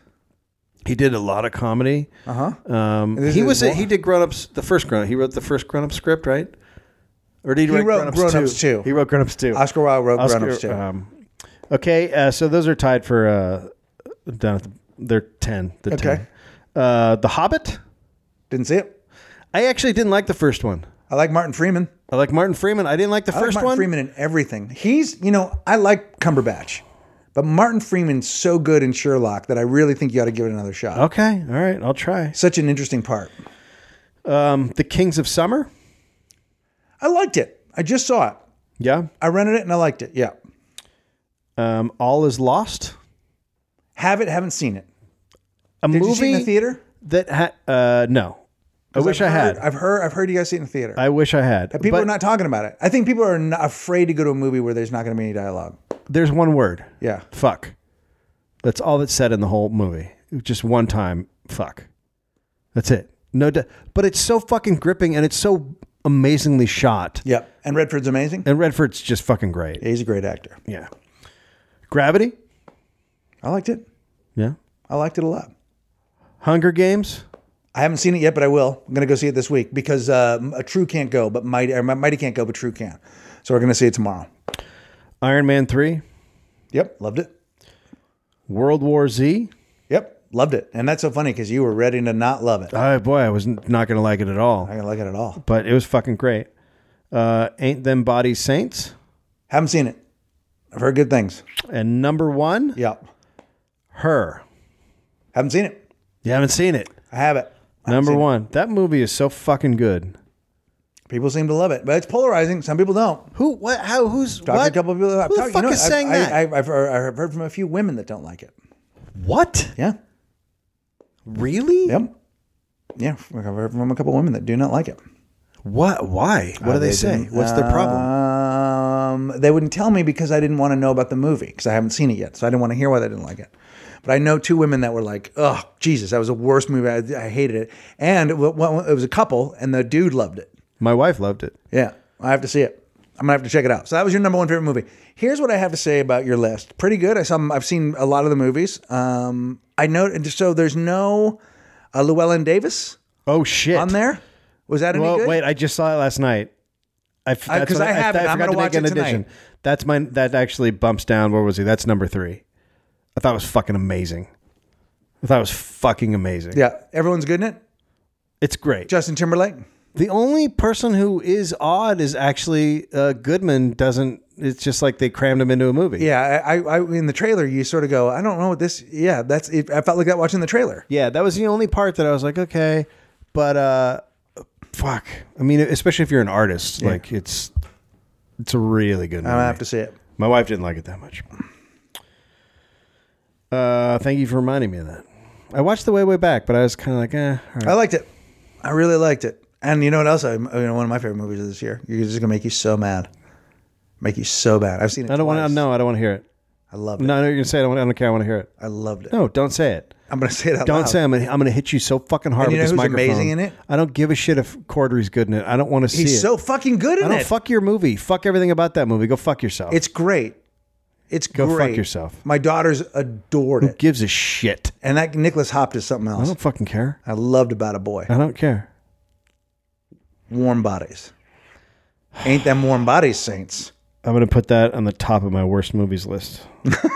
Speaker 1: He did a lot of comedy. Uh huh. Um,
Speaker 2: Uh-huh. this
Speaker 1: he
Speaker 2: is
Speaker 1: was a,
Speaker 2: one-
Speaker 1: he did Grown Ups the first Grown He wrote the first Grown Up script, right? Or did he, write
Speaker 2: wrote
Speaker 1: Grown Ups
Speaker 2: Grown
Speaker 1: two?
Speaker 2: Ups two.
Speaker 1: He wrote Grown Ups two.
Speaker 2: Oscar Wilde wrote Grown Ups too.
Speaker 1: Um, okay, uh, so those are tied for uh, down at the, they're ten. The
Speaker 2: Okay.
Speaker 1: ten. Uh, the Hobbit.
Speaker 2: Didn't see it.
Speaker 1: I actually didn't like the first one.
Speaker 2: I like Martin Freeman.
Speaker 1: I like Martin Freeman. I didn't like the
Speaker 2: I like
Speaker 1: first
Speaker 2: Martin
Speaker 1: one.
Speaker 2: Freeman in everything. He's, you know, I like Cumberbatch, but Martin Freeman's so good in Sherlock that I really think you ought to give it another shot.
Speaker 1: Okay, all right, I'll try.
Speaker 2: Such an interesting part.
Speaker 1: Um, the Kings of Summer.
Speaker 2: I liked it. I just saw it.
Speaker 1: Yeah.
Speaker 2: I rented it and I liked it. Yeah.
Speaker 1: Um, All is Lost.
Speaker 2: Have it. Haven't seen it.
Speaker 1: A
Speaker 2: Did
Speaker 1: movie
Speaker 2: you see it in the theater?
Speaker 1: that ha- uh, no. I wish I
Speaker 2: I've
Speaker 1: had.
Speaker 2: heard- I've heard. I've heard you guys see it in the theater.
Speaker 1: I wish I had.
Speaker 2: people
Speaker 1: but
Speaker 2: are not talking about it. I think people are n afraid to go to a movie where there's not going to be any dialogue.
Speaker 1: there's one word.
Speaker 2: Yeah.
Speaker 1: Fuck. That's all that's said in the whole movie. Just one time. Fuck. That's it. No, di- but it's so fucking gripping and it's so amazingly shot.
Speaker 2: Yep. And Redford's amazing.
Speaker 1: And Redford's just fucking great.
Speaker 2: Yeah, he's a great actor.
Speaker 1: Yeah. Gravity.
Speaker 2: I liked it.
Speaker 1: Yeah.
Speaker 2: I liked it a lot.
Speaker 1: Hunger Games.
Speaker 2: I haven't seen it yet, but I will. I'm going to go see it this week because uh, a True can't go, but Mighty, or Mighty can't go, but True can. So we're going to see it tomorrow.
Speaker 1: Iron Man Three.
Speaker 2: Yep, loved it.
Speaker 1: World War Z.
Speaker 2: Yep, loved it. And that's so funny because you were ready to not love it. I
Speaker 1: Oh boy, I was n- not gonna like it at all.
Speaker 2: didn't like it at all.
Speaker 1: But it was fucking great. Uh, Ain't them bodies saints?
Speaker 2: Haven't seen it. I've heard good things.
Speaker 1: And number one,
Speaker 2: Yep,
Speaker 1: her.
Speaker 2: haven't seen it.
Speaker 1: You haven't seen it.
Speaker 2: I have it. I haven't
Speaker 1: Number
Speaker 2: seen it.
Speaker 1: one, that movie is so fucking good.
Speaker 2: People seem to love it, but it's polarizing. Some people don't.
Speaker 1: Who? What? How? Who's?
Speaker 2: Talked to a couple of people. I've
Speaker 1: Who
Speaker 2: talked-
Speaker 1: the
Speaker 2: you
Speaker 1: fuck
Speaker 2: know,
Speaker 1: is
Speaker 2: I've-
Speaker 1: saying
Speaker 2: I,
Speaker 1: that?
Speaker 2: I, have heard, I've heard from a few women that don't like it.
Speaker 1: what?
Speaker 2: Yeah.
Speaker 1: Really?
Speaker 2: Yep. Yeah, I've heard from a couple of women that do not like it.
Speaker 1: What? Why? What do they, say?
Speaker 2: Uh, didn't- Uh,
Speaker 1: What's their problem?
Speaker 2: Um, they wouldn't tell me because I didn't want to know about the movie because I haven't seen it yet, so I didn't want to hear why they didn't like it. But I know two women that were like, "Oh Jesus, that was the worst movie. I, I hated it." And it, wa- wa- it was a couple, and the dude loved it.
Speaker 1: My wife loved it.
Speaker 2: Yeah, I have to see it. I'm gonna have to check it out. So that was your number one favorite movie. Here's what I have to say about your list. Pretty good. I saw. I've seen a lot of the movies. Um, I know. and So there's no uh, Llewellyn Davis
Speaker 1: Oh shit!
Speaker 2: on there. Was that any
Speaker 1: Well,
Speaker 2: good?
Speaker 1: wait. I just saw it last night. I f-
Speaker 2: I-
Speaker 1: that's
Speaker 2: 'cause
Speaker 1: what
Speaker 2: I have it.
Speaker 1: forgot
Speaker 2: I'm gonna
Speaker 1: to make
Speaker 2: watch
Speaker 1: an
Speaker 2: it tonight.
Speaker 1: addition. That's my. That actually bumps down. Where was he? That's number three. I thought it was fucking amazing. I thought it was fucking amazing.
Speaker 2: Yeah, everyone's good in it.
Speaker 1: it's great.
Speaker 2: Justin Timberlake.
Speaker 1: The only person who is odd is actually uh, Goodman. Doesn't it's just like they crammed him into a movie.
Speaker 2: Yeah, I, I, I in the trailer you sort of go, I don't know what this. Yeah, that's. It, I felt like that watching the trailer.
Speaker 1: Yeah, that was the only part that I was like, okay, but uh, fuck. I mean, especially if you're an artist, like it's it's a really good movie.
Speaker 2: I have to see it.
Speaker 1: My wife didn't like it that much. Uh, thank you for reminding me of that. I watched the way way back, but I was kind of like, eh. all right.
Speaker 2: I liked it. I really liked it. And you know what else? I, you know, one of my favorite movies of this year. You're just gonna make you so mad, make you so bad. I've seen it.
Speaker 1: I don't want
Speaker 2: twice.
Speaker 1: to. No, I don't want to hear it.
Speaker 2: I loved it.
Speaker 1: No, I know what you're gonna say. I don't, wanna- I don't care. I want to hear it.
Speaker 2: I loved it.
Speaker 1: No, don't say it.
Speaker 2: I'm going to say it out
Speaker 1: Don't
Speaker 2: loud.
Speaker 1: say I'm gonna, I'm gonna hit you so fucking hard
Speaker 2: And you
Speaker 1: with this
Speaker 2: know who's
Speaker 1: microphone.
Speaker 2: amazing in it?
Speaker 1: I don't give a shit if Cordery's good in it. I don't want to see
Speaker 2: He's
Speaker 1: it.
Speaker 2: so fucking good
Speaker 1: I
Speaker 2: in
Speaker 1: don't
Speaker 2: it.
Speaker 1: fuck your movie. Fuck everything about that movie. Go fuck yourself.
Speaker 2: it's great. It's
Speaker 1: Go fuck
Speaker 2: great.
Speaker 1: yourself.
Speaker 2: My daughters adored it,
Speaker 1: gives a shit.
Speaker 2: and that Nicholas Hopt is something
Speaker 1: I
Speaker 2: else.
Speaker 1: don't fucking care.
Speaker 2: I loved about a boy.
Speaker 1: I don't care.
Speaker 2: Warm bodies. Ain't them warm bodies saints? (laughs)
Speaker 1: I'm gonna put that on the top of my worst movies list.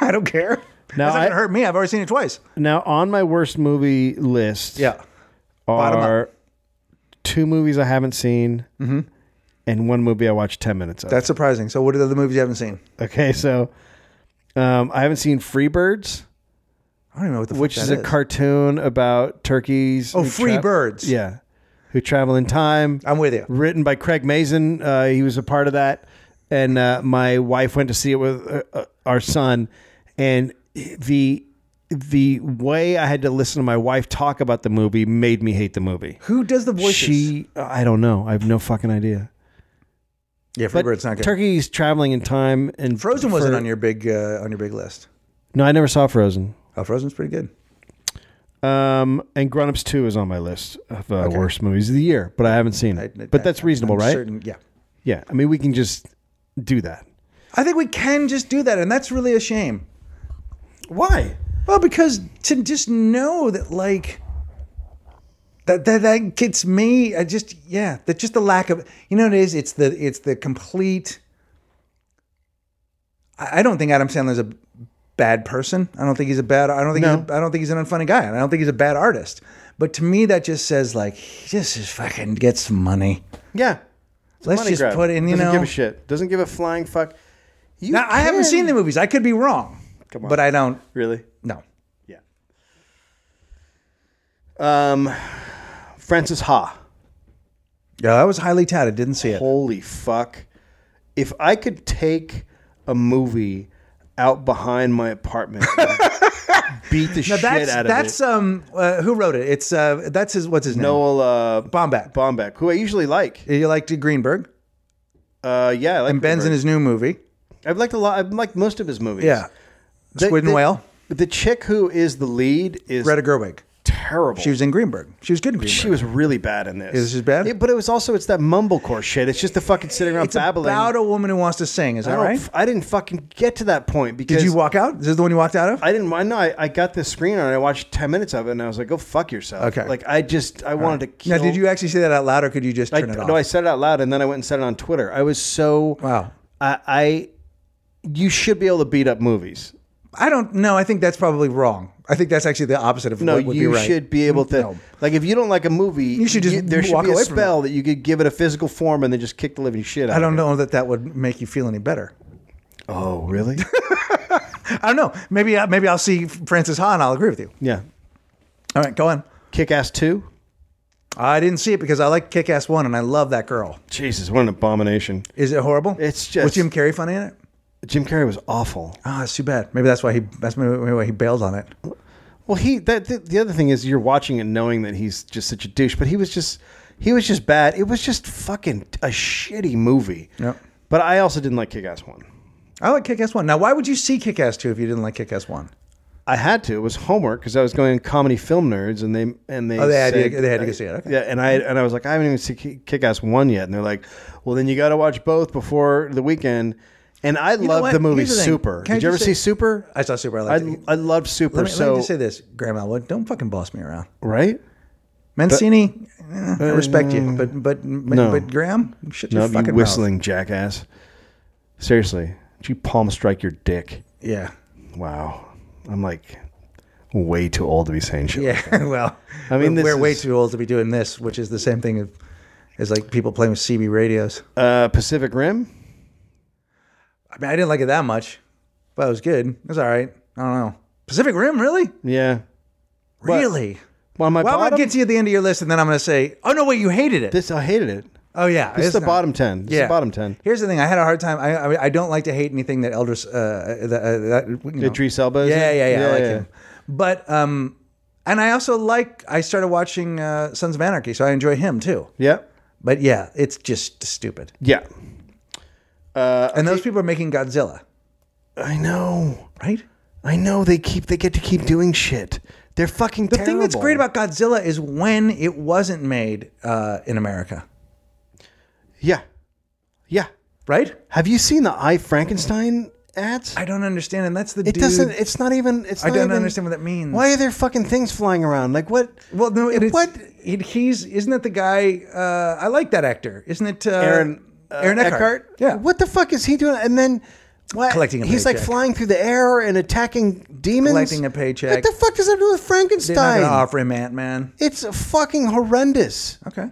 Speaker 2: I don't care.
Speaker 1: Now
Speaker 2: That's not
Speaker 1: I-
Speaker 2: gonna hurt me. I've already seen it twice.
Speaker 1: Now on my worst movie list
Speaker 2: Yeah. bottom up. Mm-hmm.
Speaker 1: are two movies I haven't seen and one movie I watched ten minutes of.
Speaker 2: That's surprising. So, what are the other movies you haven't seen?
Speaker 1: okay, so um, I haven't seen Freebirds.
Speaker 2: I don't even know what the
Speaker 1: which
Speaker 2: fuck
Speaker 1: is
Speaker 2: that
Speaker 1: a cartoon about turkeys.
Speaker 2: Oh,
Speaker 1: who
Speaker 2: free birds.
Speaker 1: Yeah, who travel in time.
Speaker 2: I'm with you.
Speaker 1: Written by Craig Mazin. Uh, he was a part of that, and uh, my wife went to see it with uh, uh, our son, and the the way I had to listen to my wife talk about the movie made me hate the movie.
Speaker 2: Who does the voices?
Speaker 1: She, I don't know. I have no fucking idea.
Speaker 2: yeah,
Speaker 1: But
Speaker 2: Freebird's not good.
Speaker 1: turkeys traveling in time and
Speaker 2: Frozen wasn't
Speaker 1: for-
Speaker 2: on your big uh, on your big list.
Speaker 1: No, I never saw Frozen.
Speaker 2: Oh, Frozen's pretty good.
Speaker 1: Um, and Grown Ups Two is on my list of uh, worst movies of the year, but I haven't seen it.
Speaker 2: I-
Speaker 1: but that's
Speaker 2: I'm
Speaker 1: reasonable, right?
Speaker 2: certain- yeah.
Speaker 1: Yeah, I mean we can just do that.
Speaker 2: I think we can just do that, and that's really a shame.
Speaker 1: Why?
Speaker 2: Well, because to just know that, like, that that that gets me. I just yeah, that just the lack of you know what it is. It's the it's the complete. I I don't think Adam Sandler's a bad person. I don't think he's a bad. I don't think he's a, I don't think he's an unfunny guy. And I don't think he's a bad artist. But to me, that just says like, just just fucking get some money.
Speaker 1: Yeah, It's a
Speaker 2: Let's
Speaker 1: money
Speaker 2: just
Speaker 1: grab.
Speaker 2: put in, you
Speaker 1: Doesn't give
Speaker 2: know-
Speaker 1: a shit. Doesn't give a flying fuck. You
Speaker 2: Now I haven't
Speaker 1: can-
Speaker 2: seen the movies. I could be wrong.
Speaker 1: Come on.
Speaker 2: But I don't.
Speaker 1: really.
Speaker 2: No.
Speaker 1: Yeah. Um, Francis Ha.
Speaker 2: Yeah, that was highly touted. Didn't see it.
Speaker 1: Holy fuck! If I could take a movie out behind my apartment,
Speaker 2: (laughs)
Speaker 1: and beat the shit
Speaker 2: that's
Speaker 1: out of it.
Speaker 2: that's um uh, who wrote it? It's uh that's his what's his name?
Speaker 1: Noel uh,
Speaker 2: Bombat.
Speaker 1: Bombeck, who I usually like.
Speaker 2: You liked Greenberg
Speaker 1: Uh, yeah, I like
Speaker 2: and Ben's in his new movie.
Speaker 1: I've liked a lot. I've liked most of his movies.
Speaker 2: Yeah,
Speaker 1: The-
Speaker 2: Squid and
Speaker 1: the-
Speaker 2: Whale.
Speaker 1: The chick who is the lead is
Speaker 2: Greta Gerwig.
Speaker 1: terrible.
Speaker 2: She was in Greenberg. She was good in Greenberg.
Speaker 1: She was really bad in this.
Speaker 2: Is this bad?
Speaker 1: Yeah, but it was also it's that mumblecore shit. It's just the fucking sitting around
Speaker 2: it's
Speaker 1: babbling.
Speaker 2: about a woman who wants to sing. Is
Speaker 1: I
Speaker 2: that
Speaker 1: don't.
Speaker 2: right?
Speaker 1: f- I didn't fucking get to that point because
Speaker 2: Did you walk out? Is this the one you walked out of?
Speaker 1: I didn't. I know. I, I got this screen on. and I watched ten minutes of it, and I was like, "Go fuck yourself."
Speaker 2: Okay.
Speaker 1: Like I just I wanted to.
Speaker 2: now,
Speaker 1: Kill
Speaker 2: did you actually say that out loud, or could you just
Speaker 1: I,
Speaker 2: turn it off?
Speaker 1: no, I said it out loud, and then I went and said it on Twitter. I was so
Speaker 2: Wow.
Speaker 1: I, I you should be able to beat up movies.
Speaker 2: I don't know. I think that's probably wrong. I think that's actually the opposite of
Speaker 1: No,
Speaker 2: what would
Speaker 1: you
Speaker 2: be right.
Speaker 1: should be able to.
Speaker 2: No.
Speaker 1: Like, if you don't like a movie, you
Speaker 2: should just
Speaker 1: there should
Speaker 2: walk
Speaker 1: be a
Speaker 2: away from it.
Speaker 1: spell that you could give it a physical form and then just kick the living shit out.
Speaker 2: I don't know that that would make you feel any better.
Speaker 1: Oh,
Speaker 2: (laughs)
Speaker 1: really?
Speaker 2: I don't know. Maybe I- maybe I'll see Francis Ha and I'll agree with you.
Speaker 1: yeah.
Speaker 2: All right, go on.
Speaker 1: Kick Ass Two.
Speaker 2: I didn't see it because I like Kick Ass One and I love that girl.
Speaker 1: Jesus, what an abomination!
Speaker 2: Is it horrible?
Speaker 1: It's just-
Speaker 2: was Jim Carrey funny in it?
Speaker 1: Jim Carrey was awful.
Speaker 2: Oh, that's too bad. Maybe that's why he that's maybe maybe why he bailed on it.
Speaker 1: Well, he that the, the other thing is you're watching and knowing that he's just such a douche, but he was just he was just bad. It was just fucking a shitty movie.
Speaker 2: Yep.
Speaker 1: But I also didn't like Kick Ass One.
Speaker 2: I like Kick Ass One. Now, why would you see Kick Ass Two if you didn't like Kick Ass One?
Speaker 1: I had to. It was homework because I was going to comedy film nerds, and they and they
Speaker 2: Oh, they had you-
Speaker 1: said-
Speaker 2: they had you see it, okay.
Speaker 1: Yeah, and I and I was like, I haven't even seen Kick Ass one yet, and they're like, Well, then you got to watch both before the weekend. And I
Speaker 2: what?
Speaker 1: loved the movie
Speaker 2: Here's the thing.
Speaker 1: Super.
Speaker 2: Can I
Speaker 1: Did you ever
Speaker 2: just say-
Speaker 1: see Super?
Speaker 2: I saw Super. I
Speaker 1: I
Speaker 2: liked it.
Speaker 1: I loved Super.
Speaker 2: Let me,
Speaker 1: so
Speaker 2: let me just say this, Graham Elwood. Don't fucking boss me around.
Speaker 1: right?
Speaker 2: Mancini, eh, I respect you, but but but Graham, shut
Speaker 1: Mm,
Speaker 2: your
Speaker 1: No, you
Speaker 2: fucking mouth.
Speaker 1: whistling jackass. Seriously, did you palm strike your dick?
Speaker 2: Yeah,
Speaker 1: Wow, I'm like way too old to be saying shit. like
Speaker 2: yeah. (laughs) well, I
Speaker 1: I
Speaker 2: mean,
Speaker 1: mean,
Speaker 2: we're,
Speaker 1: this
Speaker 2: we're way
Speaker 1: is-
Speaker 2: too old to be doing this, which is the same thing of- as like people playing with CB radios.
Speaker 1: that. Uh, Pacific Rim.
Speaker 2: I mean, I didn't like it that much, but it was good. It was all right. I don't know. Pacific Rim, really?
Speaker 1: Yeah. But-
Speaker 2: really?
Speaker 1: Well, my
Speaker 2: Well, I'm
Speaker 1: bottom,
Speaker 2: gonna get to you at the end of your list, and then I'm gonna say, "Oh no, wait, you hated it."
Speaker 1: this I hated it.
Speaker 2: oh yeah,
Speaker 1: This is the
Speaker 2: not-
Speaker 1: bottom ten. This is the bottom ten.
Speaker 2: Here's the thing: I had a hard time. I I, mean, I don't like to hate anything that Elders, uh, that, uh, that you know.
Speaker 1: Idris Elba. is
Speaker 2: Yeah,
Speaker 1: it?
Speaker 2: yeah, yeah, I like him. But um, and I also like. I started watching uh, Sons of Anarchy, so I enjoy him too.
Speaker 1: Yeah.
Speaker 2: But yeah, it's just stupid.
Speaker 1: Yeah. Uh,
Speaker 2: And those people are making Godzilla,
Speaker 1: I know.
Speaker 2: right?
Speaker 1: I know they keep they get to keep doing shit. They're fucking
Speaker 2: The thing that's great about Godzilla is when it wasn't made uh, in America,
Speaker 1: Yeah. Yeah.
Speaker 2: right?
Speaker 1: Have you seen the I Frankenstein ads?
Speaker 2: I don't understand, and that's the
Speaker 1: it
Speaker 2: dude.
Speaker 1: doesn't it's not even it's
Speaker 2: I
Speaker 1: not
Speaker 2: don't
Speaker 1: even-
Speaker 2: understand what that means.
Speaker 1: Why are there fucking things flying around? Like what
Speaker 2: Well, no,
Speaker 1: what
Speaker 2: it, what? It, he's isn't it the guy? Uh, I like that actor, isn't it? Uh,
Speaker 1: Aaron uh,
Speaker 2: Aaron Eckhart. Yeah.
Speaker 1: What the fuck is he doing? And then what?
Speaker 2: Collecting a
Speaker 1: He's like
Speaker 2: paycheck.
Speaker 1: flying through the air and attacking demons.
Speaker 2: Collecting a paycheck.
Speaker 1: What the fuck does that do with
Speaker 2: They're not
Speaker 1: Frankenstein?
Speaker 2: gonna offer him Ant Man.
Speaker 1: it's fucking horrendous.
Speaker 2: Okay.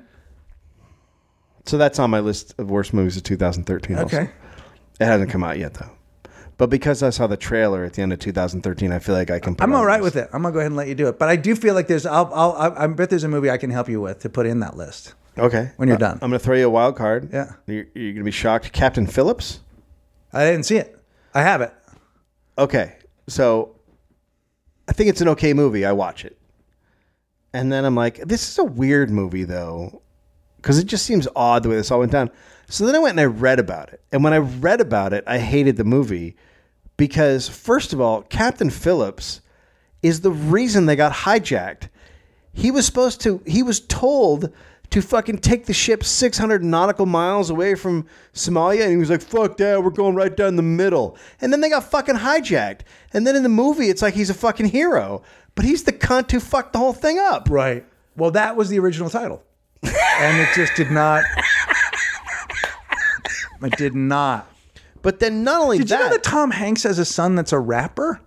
Speaker 1: So that's on my list of worst movies of 2013. also.
Speaker 2: Okay.
Speaker 1: It hasn't come out yet though. But because I saw the trailer at the end of 2013, I feel like I can. Put
Speaker 2: I'm
Speaker 1: it on
Speaker 2: all
Speaker 1: the
Speaker 2: right
Speaker 1: list.
Speaker 2: with it. I'm gonna go ahead and let you do it. But I do feel like there's. I'll. I'll. I, I bet there's a movie I can help you with to put in that list.
Speaker 1: Okay.
Speaker 2: When you're
Speaker 1: Uh,
Speaker 2: done.
Speaker 1: I'm going to throw you a wild card.
Speaker 2: Yeah.
Speaker 1: You're, you're going to be shocked. Captain Phillips?
Speaker 2: I didn't see it. I have it.
Speaker 1: Okay. So I think it's an okay movie. I watch it. And then I'm like, this is a weird movie, though, because it just seems odd the way this all went down. So then I went and I read about it. And when I read about it, I hated the movie because, first of all, Captain Phillips is the reason they got hijacked. He was supposed to, he was told to fucking take the ship 600 nautical miles away from Somalia. And he was like, fuck that, we're going right down the middle. And then they got fucking hijacked. And then in the movie, it's like he's a fucking hero, but he's the cunt who fucked the whole thing up.
Speaker 2: Right. Well, that was the original title, and it just did not. (laughs) It did not.
Speaker 1: But then not only
Speaker 2: Did
Speaker 1: that,
Speaker 2: you know that Tom Hanks has a son that's a rapper?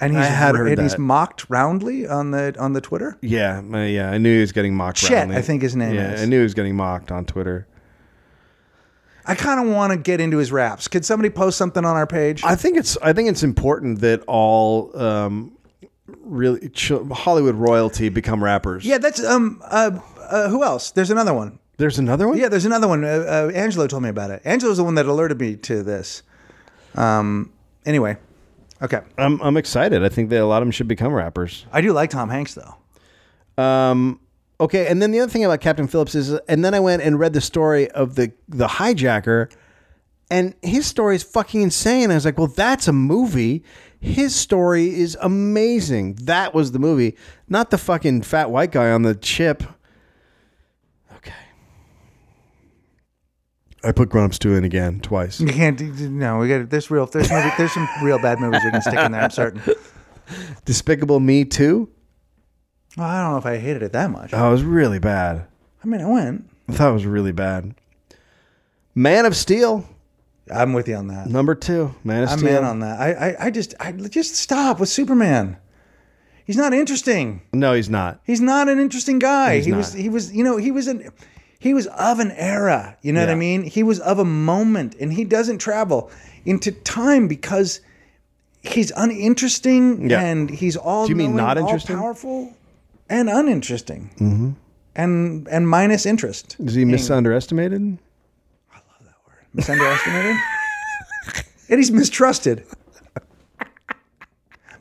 Speaker 2: And he's
Speaker 1: I had heard
Speaker 2: and he's
Speaker 1: that.
Speaker 2: mocked roundly on the on the Twitter.
Speaker 1: yeah, my- yeah, I knew he was getting mocked.
Speaker 2: Chet,
Speaker 1: roundly.
Speaker 2: I think his name
Speaker 1: Yeah,
Speaker 2: is.
Speaker 1: I knew he was getting mocked on Twitter.
Speaker 2: I kind of want to get into his raps. Could somebody post something on our page?
Speaker 1: I think it's I think it's important that all um, really ch- Hollywood royalty become rappers.
Speaker 2: yeah, that's um uh, uh who else? There's another one.
Speaker 1: there's another one.
Speaker 2: Yeah, there's another one. Uh, uh, Angelo told me about it. Angelo's the one that alerted me to this. Um anyway. Okay.
Speaker 1: I'm I'm excited. I think that a lot of them should become rappers.
Speaker 2: I do like Tom Hanks though.
Speaker 1: Um, okay, and then the other thing about Captain Phillips is, and then I went and read the story of the the hijacker, and his story is fucking insane. I was like, well, that's a movie. His story is amazing. That was the movie, not the fucking fat white guy on the chip. Okay. I put Grumps Two in again
Speaker 2: (laughs)
Speaker 1: twice.
Speaker 2: You can't do- do- no, we got there's real there's movie, there's some real bad movies we can stick in there, I'm certain.
Speaker 1: Despicable Me Two.
Speaker 2: Well, I don't know if I hated it that much.
Speaker 1: Oh, it was really bad.
Speaker 2: I mean, I went.
Speaker 1: I thought it was really bad. Man of Steel.
Speaker 2: I'm with you on that.
Speaker 1: Number two, Man of
Speaker 2: I'm
Speaker 1: Steel.
Speaker 2: in on that. I, I, I just, I just stop with Superman. He's not interesting.
Speaker 1: No, he's not.
Speaker 2: He's not an interesting guy. he was,
Speaker 1: not.
Speaker 2: he was, you know, he was an, he was of an era. You know what I
Speaker 1: Yeah.
Speaker 2: mean? He was of a moment, and he doesn't travel into time because he's uninteesting
Speaker 1: Yeah.
Speaker 2: and he's all.
Speaker 1: Do you mean not interesting?
Speaker 2: Powerful and uninteresting. Mm-hmm. And and minus interest.
Speaker 1: Is he misunderestimated? (laughs)
Speaker 2: misunderestimated, and he's mistrusted.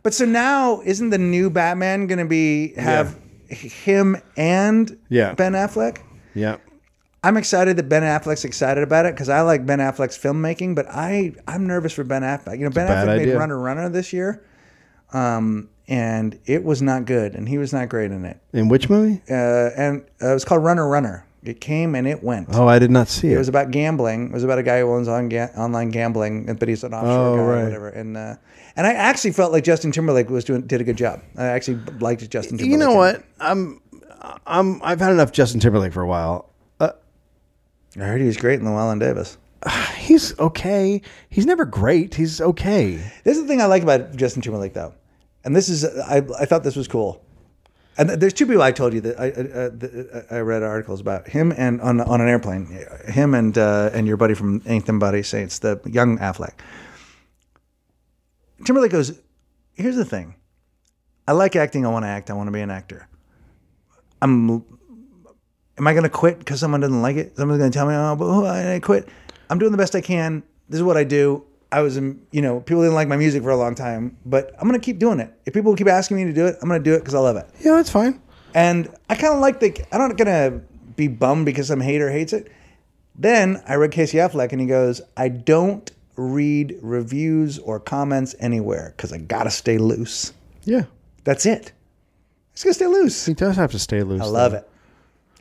Speaker 2: But so now, isn't the new Batman going to be have him and
Speaker 1: Yeah.
Speaker 2: Ben Affleck?
Speaker 1: Yeah.
Speaker 2: I'm excited that Ben Affleck's excited about it because I like Ben Affleck's filmmaking, but I I'm nervous for Ben Affleck. You know, Ben
Speaker 1: bad
Speaker 2: Affleck made
Speaker 1: idea.
Speaker 2: Runner Runner this year, um, and it was not good, and he was not great in it.
Speaker 1: In which movie?
Speaker 2: Uh, and uh, it was called Runner Runner. It came and it went.
Speaker 1: Oh, I did not see it.
Speaker 2: It was about gambling. It was about a guy who owns on ga- online gambling, but he's an offshore
Speaker 1: Oh,
Speaker 2: guy or
Speaker 1: right.
Speaker 2: whatever. And uh, and I actually felt like Justin Timberlake was doing did a good job. I actually b- liked Justin Timberlake.
Speaker 1: you know
Speaker 2: in
Speaker 1: what? I'm, I'm, I've had enough Justin Timberlake for a while. Uh,
Speaker 2: it. I heard he was great in Llewellyn Davis.
Speaker 1: he's okay. He's never great. He's okay.
Speaker 2: This is the thing I like about Justin Timberlake though, and this is I I thought this was cool. And th- there's two people I told you that I uh, uh, th- I read articles about him and on on an airplane, him and uh, and your buddy from Ain't Them Body Saints, the young Affleck. Timberlake goes, "Here's the thing, I like acting. I want to act. I want to be an actor. I'm. Am I going to quit because someone doesn't like it? Someone's going to tell me, oh, but oh, I I quit. I'm doing the best I can. This is what I do. I was, in, you know, people didn't like my music for a long time, but I'm going to keep doing it. If people keep asking me to do it, I'm going to do it because I love it.
Speaker 1: Yeah, that's fine.
Speaker 2: And I kind of like the. I'm not gonna be bummed because some hater hates it. Then I read Casey Affleck, and he goes, "I don't read reviews or comments anywhere because I gotta stay loose
Speaker 1: Yeah.
Speaker 2: That's it. He's gonna stay loose.
Speaker 1: He does have to stay loose.
Speaker 2: I love it.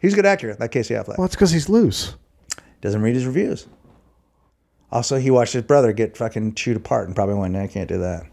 Speaker 2: He's a good actor, like Casey Affleck.
Speaker 1: Well, it's because he's loose.
Speaker 2: Doesn't read his reviews. Also, he watched his brother get fucking chewed apart and probably went, "Nah, "I can't do that."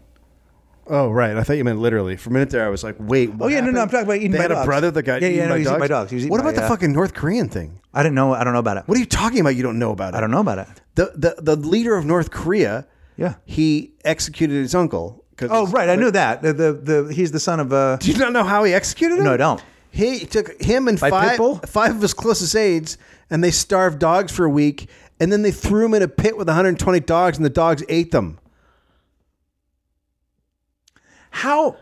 Speaker 1: Oh, right. I thought you meant literally. For a minute there, I was like, wait.
Speaker 2: Oh
Speaker 1: What
Speaker 2: yeah, no,
Speaker 1: happened?
Speaker 2: no, I'm talking about eating
Speaker 1: They
Speaker 2: by
Speaker 1: had
Speaker 2: dogs.
Speaker 1: a brother that got
Speaker 2: Yeah, yeah,
Speaker 1: eaten
Speaker 2: no,
Speaker 1: by
Speaker 2: he was
Speaker 1: dogs.
Speaker 2: eaten by dogs. He was eaten
Speaker 1: what
Speaker 2: by-
Speaker 1: about the
Speaker 2: yeah.
Speaker 1: fucking North Korean thing?
Speaker 2: I didn't know. I don't know about it.
Speaker 1: What are you talking about? You don't know about it.
Speaker 2: I don't know about it.
Speaker 1: The the, the leader of North Korea.
Speaker 2: Yeah.
Speaker 1: He executed his uncle. 'cause
Speaker 2: Oh
Speaker 1: it's-
Speaker 2: right, I knew that. The, the the he's the son of (laughs) uh
Speaker 1: Do you not know how he executed him?
Speaker 2: No, I don't.
Speaker 1: He took him and
Speaker 2: By
Speaker 1: five,
Speaker 2: Pitbull?
Speaker 1: five of his closest aides, and they starved dogs for a week, and then they threw him in a pit with 120 dogs, and the dogs ate them.
Speaker 2: how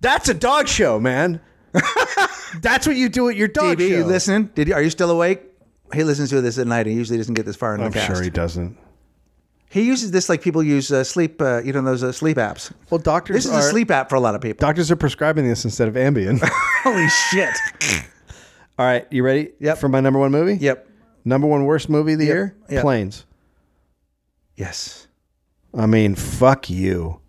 Speaker 1: That's a dog show, man. (laughs) That's what you do at your dog
Speaker 2: DB,
Speaker 1: show.
Speaker 2: you listening? Did you, are you still awake? He listens to this at night. He usually doesn't get this far in the
Speaker 1: I'm
Speaker 2: cast.
Speaker 1: sure he doesn't.
Speaker 2: he uses this like people use uh, sleep, uh, you know, those uh, sleep apps.
Speaker 1: Well, doctors
Speaker 2: This is
Speaker 1: are
Speaker 2: a sleep app for a lot of people.
Speaker 1: doctors are prescribing this instead of Ambien.
Speaker 2: (laughs) Holy shit!
Speaker 1: (laughs) All right, you ready?
Speaker 2: Yep.
Speaker 1: For my number one movie.
Speaker 2: (laughs) yep.
Speaker 1: Number one worst movie of the year.
Speaker 2: Yep.
Speaker 1: Planes.
Speaker 2: Yes.
Speaker 1: I mean, fuck you.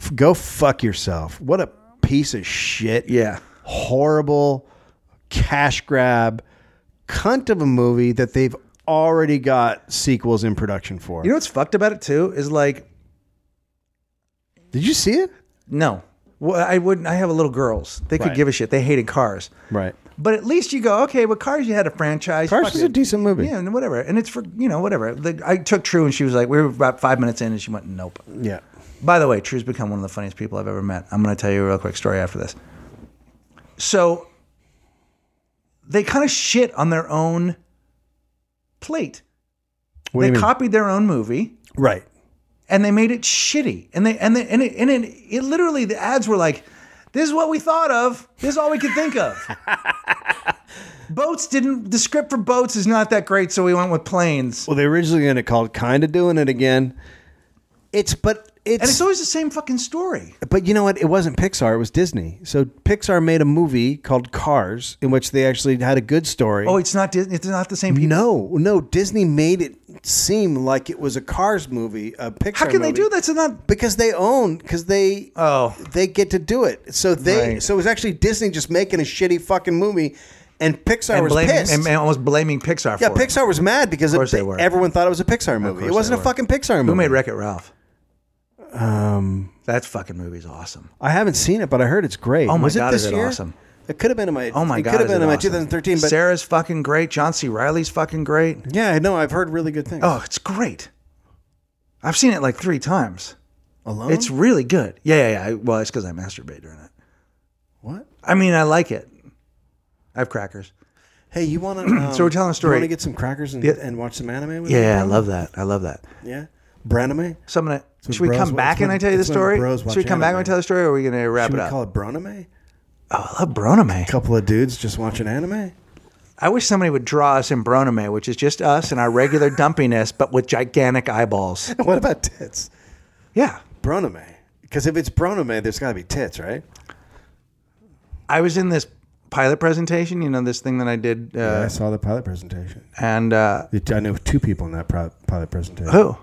Speaker 1: F- go fuck yourself. What a piece of shit.
Speaker 2: Yeah.
Speaker 1: Horrible cash grab, cunt of a movie that they've already got sequels in production for.
Speaker 2: You know what's fucked about it too is like
Speaker 1: Did you see it?
Speaker 2: no, well, I wouldn't. I have little girls. They could
Speaker 1: Right.
Speaker 2: give a shit. They hated cars.
Speaker 1: Right.
Speaker 2: But at least you go okay. Well, cars you had a franchise.
Speaker 1: Cars
Speaker 2: Fuck
Speaker 1: is
Speaker 2: it.
Speaker 1: a decent movie.
Speaker 2: Yeah, and whatever. And it's for, you know, whatever. Like, I took True and she was like, we were about five minutes in and she went, nope.
Speaker 1: Yeah.
Speaker 2: By the way, True's become one of the funniest people I've ever met. I'm going to tell you a real quick story after this. So they kind of shit on their own plate.
Speaker 1: What
Speaker 2: they
Speaker 1: do you
Speaker 2: copied their own movie
Speaker 1: mean? Right.
Speaker 2: and they made it shitty. And they and they, and it, and it, it literally the ads were like, "This is what we thought of. This is all we could think of." (laughs) boats didn't. The script for boats is not that great, so we went with planes.
Speaker 1: Well, they originally had it called "Kinda Doing It Again." It's but it's,
Speaker 2: And it's always the same fucking story.
Speaker 1: but you know what? It wasn't Pixar. It was Disney. So Pixar made a movie called Cars, in which they actually had a good story.
Speaker 2: Oh, it's not. Dis- It's not the same people.
Speaker 1: No, no. Disney made it seem like it was a Cars movie, a Pixar.
Speaker 2: How can they
Speaker 1: movie.
Speaker 2: do that? It's not.
Speaker 1: Because they own, because they
Speaker 2: Oh.
Speaker 1: they get to do it. So they
Speaker 2: Right.
Speaker 1: so it was actually Disney just making a shitty fucking movie, and Pixar
Speaker 2: And
Speaker 1: was
Speaker 2: blaming
Speaker 1: pissed.
Speaker 2: and, and almost blaming Pixar.
Speaker 1: yeah,
Speaker 2: for it.
Speaker 1: Pixar was mad because
Speaker 2: course
Speaker 1: it-
Speaker 2: they were.
Speaker 1: everyone thought it was a Pixar movie.
Speaker 2: course
Speaker 1: It wasn't
Speaker 2: they
Speaker 1: a
Speaker 2: were.
Speaker 1: fucking Pixar movie.
Speaker 2: Who made Wreck It Ralph? Um, that fucking movie's awesome.
Speaker 1: I haven't seen it, but I heard it's great.
Speaker 2: Oh my
Speaker 1: was
Speaker 2: God,
Speaker 1: it this
Speaker 2: is it
Speaker 1: year?
Speaker 2: awesome.
Speaker 1: It could have been in my.
Speaker 2: Oh my
Speaker 1: it
Speaker 2: god,
Speaker 1: could have
Speaker 2: is
Speaker 1: been
Speaker 2: it
Speaker 1: in my
Speaker 2: awesome.
Speaker 1: 2013. But
Speaker 2: Sarah's fucking great. John C. Riley's fucking great.
Speaker 1: yeah, I know. I've heard really good things.
Speaker 2: Oh, it's great. I've seen it like three times.
Speaker 1: alone.
Speaker 2: It's really good. Yeah, yeah, yeah. I- Well, it's because I masturbate during it.
Speaker 1: what?
Speaker 2: I mean, I like it. I have crackers.
Speaker 1: Hey, you want to? Um,
Speaker 2: (clears throat) So we're telling a story.
Speaker 1: You want to get some crackers and, and watch some anime? With
Speaker 2: Yeah,
Speaker 1: me,
Speaker 2: yeah, I
Speaker 1: bro?
Speaker 2: love that. I love that.
Speaker 1: Yeah, Braname.
Speaker 2: So I'm gonna.
Speaker 1: when
Speaker 2: should we
Speaker 1: bros
Speaker 2: come
Speaker 1: wa-
Speaker 2: back
Speaker 1: it's when-
Speaker 2: and I tell you the
Speaker 1: it's when
Speaker 2: story?
Speaker 1: bros
Speaker 2: Should
Speaker 1: watch
Speaker 2: we come back
Speaker 1: anime.
Speaker 2: and I tell the story, or are we gonna wrap
Speaker 1: Should we
Speaker 2: it up?
Speaker 1: call it Braname?
Speaker 2: oh, I love Bronome.
Speaker 1: Couple of dudes just watching anime. (laughs)
Speaker 2: I wish somebody would draw us in Bronome, which is just us and
Speaker 1: (laughs)
Speaker 2: our regular dumpiness, but with gigantic eyeballs.
Speaker 1: what about tits?
Speaker 2: Yeah.
Speaker 1: Braname. Because if it's Braname, there's got to be tits, right?
Speaker 2: I was in this pilot presentation, you know, this thing that I did, uh,
Speaker 1: I saw the pilot presentation.
Speaker 2: and uh,
Speaker 1: I know two people in that pro- pilot presentation.
Speaker 2: who?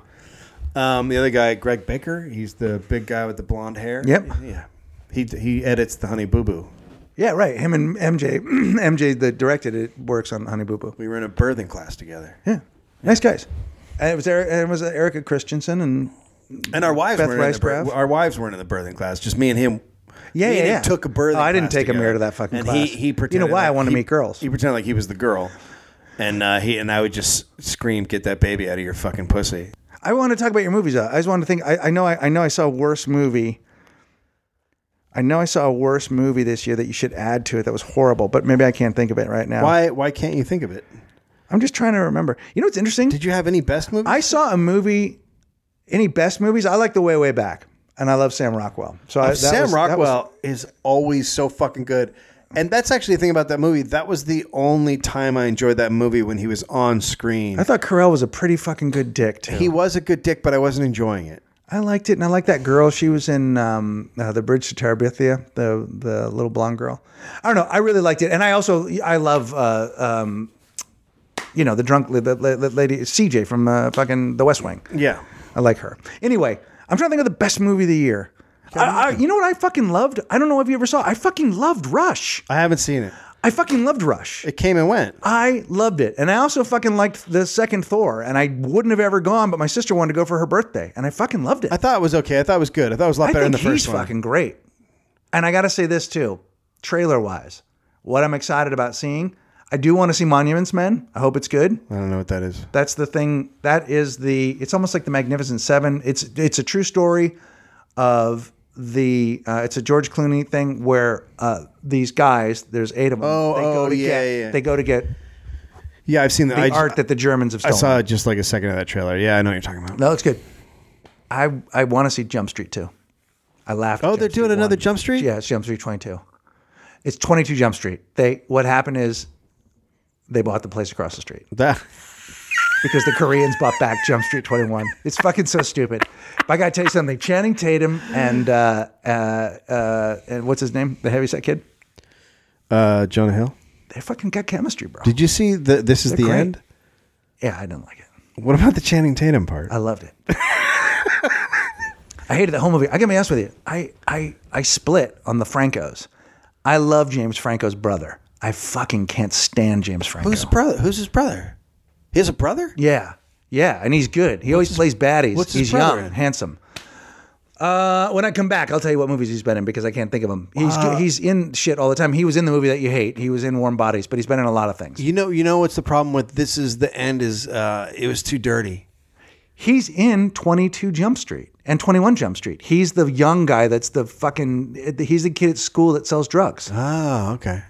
Speaker 1: Um, the other guy, Greg Baker, he's the big guy with the blonde hair.
Speaker 2: Yep.
Speaker 1: Yeah. He he edits the Honey Boo Boo.
Speaker 2: Yeah, right. Him and (clears throat) MJ, MJ that directed it works on Honey Boo Boo.
Speaker 1: We were in a birthing class together,
Speaker 2: Yeah, nice guys. And it was Eric, and it was Erica Christensen, and
Speaker 1: and our wives
Speaker 2: Beth
Speaker 1: weren't in the bir-
Speaker 2: Ricecraft?
Speaker 1: our wives weren't in the birthing class. Just me and him.
Speaker 2: Yeah,
Speaker 1: me and
Speaker 2: yeah,
Speaker 1: him
Speaker 2: yeah.
Speaker 1: Took a birthing.
Speaker 2: Oh, I didn't
Speaker 1: class
Speaker 2: take a mirror
Speaker 1: together.
Speaker 2: to that fucking
Speaker 1: and
Speaker 2: class.
Speaker 1: He
Speaker 2: You
Speaker 1: he
Speaker 2: know
Speaker 1: pretended.
Speaker 2: why I
Speaker 1: like-
Speaker 2: wanna
Speaker 1: he-
Speaker 2: meet girls.
Speaker 1: He pretended like he was the girl, and uh, he and I would just scream, "Get that baby out of your fucking pussy!"
Speaker 2: I want to talk about your movies. Though. I just want to think. I, I know. I, I know. I saw a worse movie. I know I saw a worse movie this year that you should add to it that was horrible, but maybe I can't think of it right now.
Speaker 1: Why why can't you think of it?
Speaker 2: I'm just trying to remember. You know what's interesting?
Speaker 1: Did you have any best movies?
Speaker 2: I saw a movie. Any best movies? I like The Way Way Back, and I love Sam Rockwell. So I, that
Speaker 1: Oh, Sam
Speaker 2: was- that was-
Speaker 1: Rockwell is always so fucking good. And that's actually the thing about that movie. That was the only time I enjoyed that movie when he was on screen.
Speaker 2: I thought Carell was a pretty fucking good dick too.
Speaker 1: he was a good dick, but I wasn't enjoying it.
Speaker 2: I liked it, and I liked that girl. She was in um, uh, the Bridge to Terabithia, the the little blonde girl. I don't know. I really liked it, and I also I love uh, um, you know the drunk the, the, the lady CJ from uh, fucking The West Wing.
Speaker 1: Yeah.
Speaker 2: I like her. Anyway, I'm trying to think of the best movie of the year. I, I, you know what I fucking loved? I don't know if you ever saw. it. I fucking loved Rush.
Speaker 1: I haven't seen it.
Speaker 2: I fucking loved Rush.
Speaker 1: It came and went.
Speaker 2: I loved it, and I also fucking liked the second Thor. And I wouldn't have ever gone, but my sister wanted to go for her birthday, and I fucking loved it.
Speaker 1: I thought it was okay. I thought it was good. I thought it was a lot
Speaker 2: I
Speaker 1: better
Speaker 2: think
Speaker 1: than the first
Speaker 2: he's
Speaker 1: one.
Speaker 2: fucking great. And I got to say this too, trailer wise, what I'm excited about seeing. I do want to see Monuments Men. I hope it's good.
Speaker 1: I don't know what that is.
Speaker 2: That's the thing. That is the. It's almost like the Magnificent Seven. It's it's a true story of the. Uh, it's a George Clooney thing where uh, these guys. There's eight of them.
Speaker 1: Oh, oh,
Speaker 2: to
Speaker 1: yeah,
Speaker 2: get,
Speaker 1: yeah.
Speaker 2: They go to get
Speaker 1: Yeah, I've seen that.
Speaker 2: the
Speaker 1: I, j-
Speaker 2: art that the Germans have
Speaker 1: I
Speaker 2: stolen.
Speaker 1: saw just like a second of that trailer. Yeah, I know what you're talking about.
Speaker 2: That looks good. I I want to see Jump Street too. I laughed. at
Speaker 1: Oh,
Speaker 2: Jump
Speaker 1: they're
Speaker 2: Street
Speaker 1: doing another
Speaker 2: 1.
Speaker 1: Jump Street?
Speaker 2: Yeah, it's Jump Street 22. It's 22 Jump Street. They what happened is they bought the place across the street
Speaker 1: That
Speaker 2: because the Koreans bought back Jump Street 21. It's fucking so stupid. But I gotta tell you something. Channing Tatum and uh, uh, uh, and what's his name? The heavyset kid.
Speaker 1: uh, Jonah Hill.
Speaker 2: They fucking got chemistry, bro.
Speaker 1: Did you see the This is the
Speaker 2: great.
Speaker 1: end?
Speaker 2: yeah, I didn't like it.
Speaker 1: What about the Channing Tatum part?
Speaker 2: I loved it. (laughs) I hated the whole movie. I gotta be honest with you. I I I split on the Francos. I love James Franco's brother. I fucking can't stand James Franco.
Speaker 1: Who's his brother? Who's his brother? He has a brother.
Speaker 2: yeah, yeah, and he's good. He always plays baddies.
Speaker 1: what's his
Speaker 2: he's young,
Speaker 1: brother in?
Speaker 2: handsome. Uh, when I come back, I'll tell you what movies he's been in because I can't think of them. He's he's in shit all the time. He was in the movie that you hate. He was in Warm Bodies, but he's been in a lot of things.
Speaker 1: You know, you know what's the problem with This is the end? Is uh, it was too dirty.
Speaker 2: He's in 22 Jump Street and 21 Jump Street. He's the young guy that's the fucking, he's the kid at school that sells drugs.
Speaker 1: Oh, okay.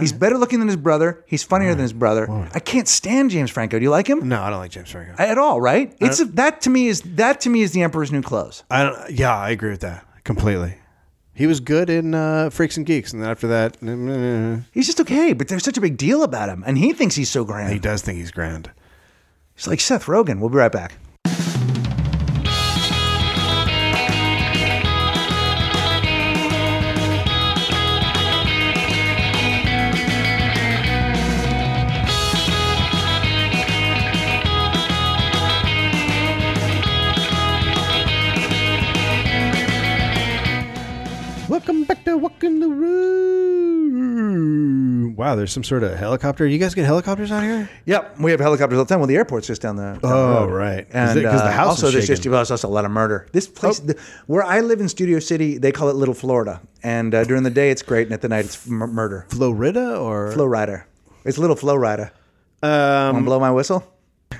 Speaker 2: He's better looking than his brother. He's funnier than his brother. I can't stand James Franco. Do you like him?
Speaker 1: No, I don't like James Franco.
Speaker 2: At all, right? It's
Speaker 1: Uh,
Speaker 2: a, that to me is that to me is the Emperor's New Clothes.
Speaker 1: I don't. Yeah, I agree with that completely. He was good in uh, Freaks and Geeks, and then after that,
Speaker 2: He's just okay, but there's such a big deal about him, and he thinks he's so grand.
Speaker 1: he does think he's grand.
Speaker 2: He's like Seth Rogen. We'll be right back.
Speaker 1: Welcome back to Walk in the Room. Wow, there's some sort of helicopter. You guys get helicopters out here?
Speaker 2: Yep, we have helicopters all the time. Well, the airport's just down the. down the
Speaker 1: Oh,
Speaker 2: road.
Speaker 1: right. 'Cause
Speaker 2: and
Speaker 1: the- 'cause the
Speaker 2: uh,
Speaker 1: house
Speaker 2: also
Speaker 1: is
Speaker 2: there's just
Speaker 1: shaking. Oh.
Speaker 2: well, it's also a lot of murder. This place, the, where I live in Studio City, they call it Little Florida, and uh, during the day it's great, and at the night it's m- murder.
Speaker 1: Florida or
Speaker 2: Flow Rider, it's Little Flow Rider.
Speaker 1: um,
Speaker 2: Wanna blow my whistle?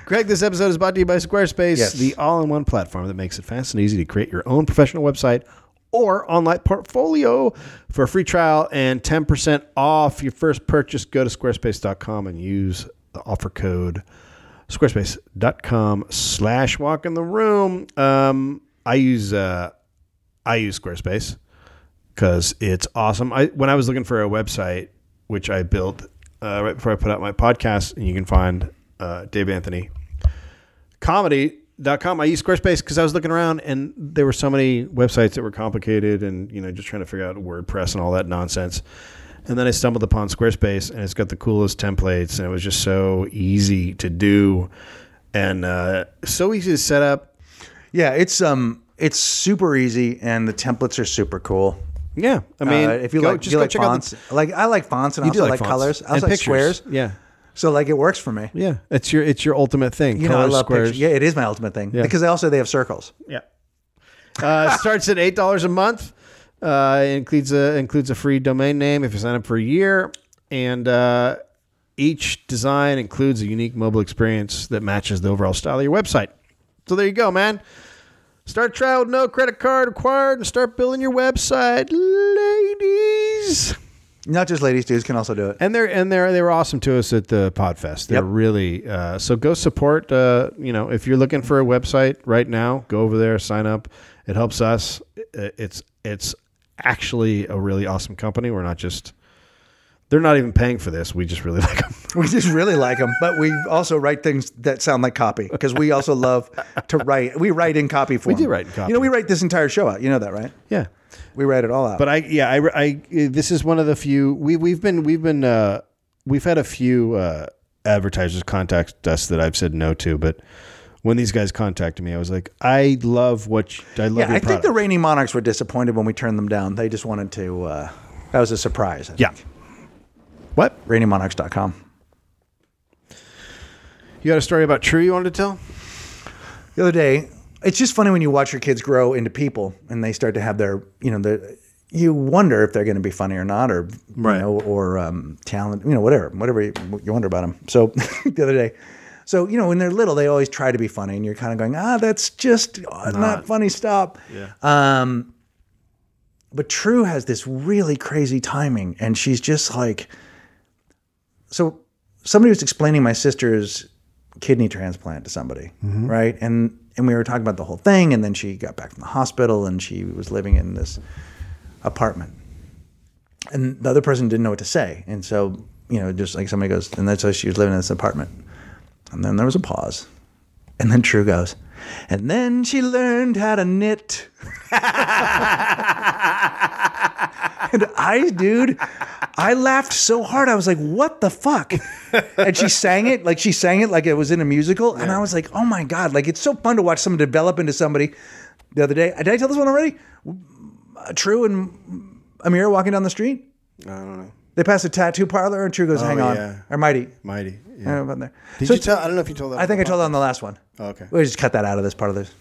Speaker 1: Greg, this episode is brought to you by Squarespace,
Speaker 2: Yes.
Speaker 1: the all in one platform that makes it fast and easy to create your own professional website or online portfolio. For a free trial and 10% off your first purchase, go to squarespace.com and use the offer code squarespace.com slash walk in the room. Um, I use uh, I use Squarespace because it's awesome. I when I was looking for a website which I built uh, right before I put out my podcast, and you can find uh, Dave Anthony comedy.com. I used Squarespace because I was looking around and there were so many websites that were complicated and, you know, just trying to figure out WordPress and all that nonsense. And then I stumbled upon Squarespace and it's got the coolest templates and it was just so easy to do and uh, so easy to set up.
Speaker 2: Yeah, it's um, it's super easy, and the templates are super cool.
Speaker 1: Yeah. I mean,
Speaker 2: Uh, if you
Speaker 1: go-
Speaker 2: like, you like fonts. like I like fonts, and I
Speaker 1: you do
Speaker 2: also
Speaker 1: like,
Speaker 2: like,
Speaker 1: fonts
Speaker 2: colors. I
Speaker 1: and
Speaker 2: also like
Speaker 1: pictures.
Speaker 2: squares.
Speaker 1: Yeah.
Speaker 2: So like it works for me.
Speaker 1: Yeah. It's your, it's your ultimate thing.
Speaker 2: You know, I
Speaker 1: Colors,
Speaker 2: love
Speaker 1: squares.
Speaker 2: pictures. Yeah, it is my ultimate thing because they also they have circles.
Speaker 1: Yeah. Uh, starts at eight dollars a month. Uh, it includes a includes a free domain name if you sign up for a year, and uh, each design includes a unique mobile experience that matches the overall style of your website. So there you go, man. Start trial with no credit card required, and start building your website, ladies.
Speaker 2: Not just ladies, dudes can also do it.
Speaker 1: And they're and they're they were awesome to us at the Podfest. They're
Speaker 2: Yep.
Speaker 1: really uh, so go support. Uh, you know, if you're looking for a website right now, go over there, sign up. It helps us. I- It's it's actually a really awesome company. We're not just they're not even paying for this. We just really (laughs) like them.
Speaker 2: (laughs) We just really like them, but we also write things that sound like copy because we also love to write. We write in copy form. We
Speaker 1: do write in copy.
Speaker 2: You know, we write this entire show out. You know that, right?
Speaker 1: Yeah,
Speaker 2: We write it all out.
Speaker 1: but I yeah I, I this is one of the few we we've been we've been uh, we've had a few uh, advertisers contact us that I've said no to, but when these guys contacted me, I was like, I love what you, I love.
Speaker 2: Yeah,
Speaker 1: your
Speaker 2: I think the
Speaker 1: product.
Speaker 2: reigning monarchs were disappointed when we turned them down. They just wanted to. Uh, that was a surprise. I
Speaker 1: yeah.
Speaker 2: think.
Speaker 1: What
Speaker 2: Reigningmonarchs.com.
Speaker 1: you got a story about True you wanted to tell?
Speaker 2: The other day, it's just funny when you watch your kids grow into people and they start to have their, you know, their. You wonder if they're going to be funny or not, or
Speaker 1: Right.
Speaker 2: you know, or um, talent, you know, whatever, whatever you, you wonder about them. So (laughs) the other day, so you know, when they're little, they always try to be funny, and you're kind of going, ah, that's just uh, not funny. Stop. Yeah. Um, but True has this really crazy timing, and she's just like, so somebody was explaining my sister's kidney transplant to somebody, right? And and we were talking about the whole thing, and then she got back from the hospital, and she was living in this apartment, and the other person didn't know what to say, and so you know, just like somebody goes, and that's how she was living in this apartment, and then there was a pause, and then True goes, and then she learned how to knit. And I, dude, I laughed so hard. I was like, what the fuck? And she sang it, like she sang it like it was in a musical. And I was like, oh my God, like it's so fun to watch someone develop into somebody. The other day, did I tell this one already? Uh, True and Amira walking down the street.
Speaker 1: I don't know.
Speaker 2: They pass a tattoo parlor and True goes, hang on.
Speaker 1: Oh, yeah.
Speaker 2: Or Mighty.
Speaker 1: Mighty.
Speaker 2: I
Speaker 1: Yeah.
Speaker 2: don't know about there.
Speaker 1: Did
Speaker 2: So
Speaker 1: you tell? I don't know if you told that.
Speaker 2: I think I told that on the last one.
Speaker 1: Oh, okay.
Speaker 2: We'll just cut that out of this part of this.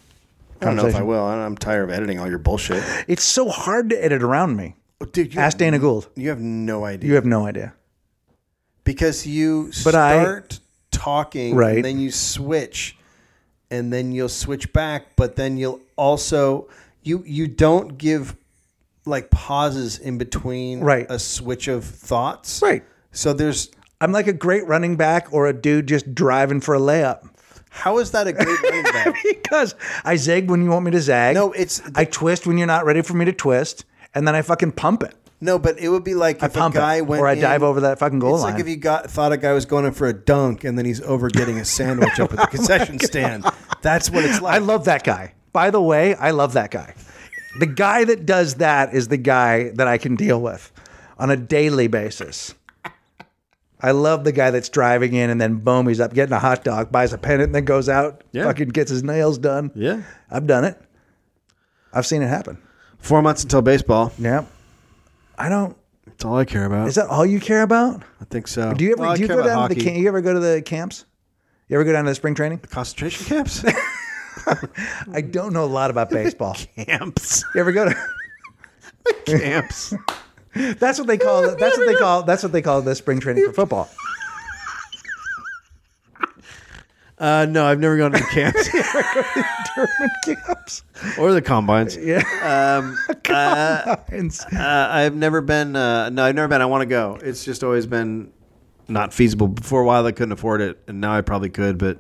Speaker 1: I don't know if I will. I don't- I'm tired of editing all your bullshit.
Speaker 2: It's so hard to edit around me.
Speaker 1: Oh, Dude, you,
Speaker 2: Ask Dana Gould.
Speaker 1: you have no idea.
Speaker 2: You have no idea.
Speaker 1: because you
Speaker 2: But I-
Speaker 1: start talking
Speaker 2: Right.
Speaker 1: and then you switch and then you'll switch back but then you'll also you you don't give like pauses in between
Speaker 2: Right.
Speaker 1: a switch of thoughts
Speaker 2: Right.
Speaker 1: so there's
Speaker 2: I'm like a great running back or a dude just driving for a layup. (laughs)
Speaker 1: how is that a great running back
Speaker 2: because I zag when you want me to zag.
Speaker 1: no it's
Speaker 2: I twist when you're not ready for me to twist, and then I fucking pump it.
Speaker 1: no but it would be like if a
Speaker 2: Pump
Speaker 1: guy
Speaker 2: it.
Speaker 1: went
Speaker 2: or I
Speaker 1: in-
Speaker 2: dive over that fucking goal
Speaker 1: it's
Speaker 2: line.
Speaker 1: like if you got thought a guy was going in for a dunk and then he's over getting a sandwich
Speaker 2: (laughs)
Speaker 1: up at the concession stand that's what it's like
Speaker 2: Oh I love that guy. By the way, I love that guy. The guy that does that is the guy that I can deal with on a daily basis. (laughs) I love the guy that's driving in and then boom, he's up getting a hot dog, buys a pennant, and then goes out,
Speaker 1: Yeah.
Speaker 2: fucking gets his nails done.
Speaker 1: Yeah.
Speaker 2: I've done it. I've seen it happen.
Speaker 1: four months until baseball
Speaker 2: Yeah. I don't.
Speaker 1: that's all i care about
Speaker 2: Is that all you care about?
Speaker 1: I think so.
Speaker 2: Do you ever
Speaker 1: Well, I
Speaker 2: do you
Speaker 1: care
Speaker 2: go
Speaker 1: about
Speaker 2: down to the
Speaker 1: hockey.
Speaker 2: camp? You ever go to the camps? You ever go down to the spring training?
Speaker 1: concentration
Speaker 2: (laughs)
Speaker 1: camps?
Speaker 2: I don't know a lot
Speaker 1: (laughs)
Speaker 2: about baseball.
Speaker 1: camps.
Speaker 2: You ever go to?
Speaker 1: Camps.
Speaker 2: That's what they call. it. That's what they call. That's what they call the spring training for football.
Speaker 1: Uh, no, I've never gone to the
Speaker 2: (laughs)
Speaker 1: camps
Speaker 2: camps.
Speaker 1: or the combines.
Speaker 2: Yeah.
Speaker 1: Um, uh,
Speaker 2: It's-
Speaker 1: uh, I've never been. Uh, no, I've never been. I want to go. It's just always been not feasible. For a while, I couldn't afford it, and now I probably could, but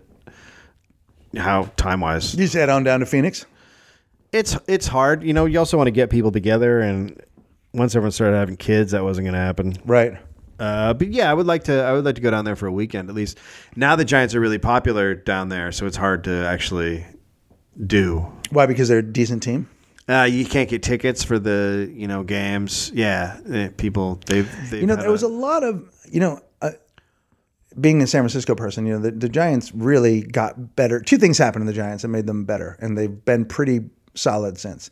Speaker 1: how time wise,
Speaker 2: you just head on down to Phoenix.
Speaker 1: it's it's hard. You know, you also want to get people together, and once everyone started having kids, that wasn't going to happen.
Speaker 2: Right.
Speaker 1: Uh, but yeah, I would like to. I would like to go down there for a weekend at least. Now the Giants are really popular down there, so it's hard to actually do.
Speaker 2: Why? Because they're a decent team.
Speaker 1: Uh, you can't get tickets for the you know games. Yeah, eh, people they've, they've
Speaker 2: You know,
Speaker 1: had
Speaker 2: there was a lot of you know. Uh, being a San Francisco person, you know the, the Giants really got better. Two things happened to the Giants that made them better, and they've been pretty solid since.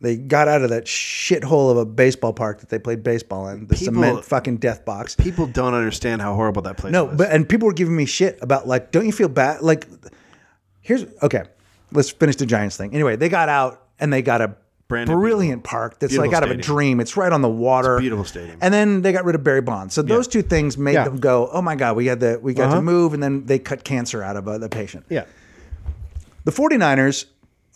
Speaker 2: They got out of that shithole of a baseball park that they played baseball in, the
Speaker 1: People-
Speaker 2: cement fucking death box.
Speaker 1: people don't understand how horrible that place.
Speaker 2: No,
Speaker 1: was.
Speaker 2: but and people were giving me shit about like, don't you feel bad? Like, here's okay. Let's finish the Giants thing. Anyway, they got out and they got a
Speaker 1: Brand new
Speaker 2: brilliant park that's
Speaker 1: Beautiful
Speaker 2: like out of a
Speaker 1: stadium.
Speaker 2: dream. It's right on the water.
Speaker 1: beautiful stadium.
Speaker 2: And then they got rid of Barry Bonds. So those two things made
Speaker 1: Yeah.
Speaker 2: them go, oh my god, we had the we got to move, and then they cut cancer out of uh, the patient.
Speaker 1: yeah,
Speaker 2: The 49ers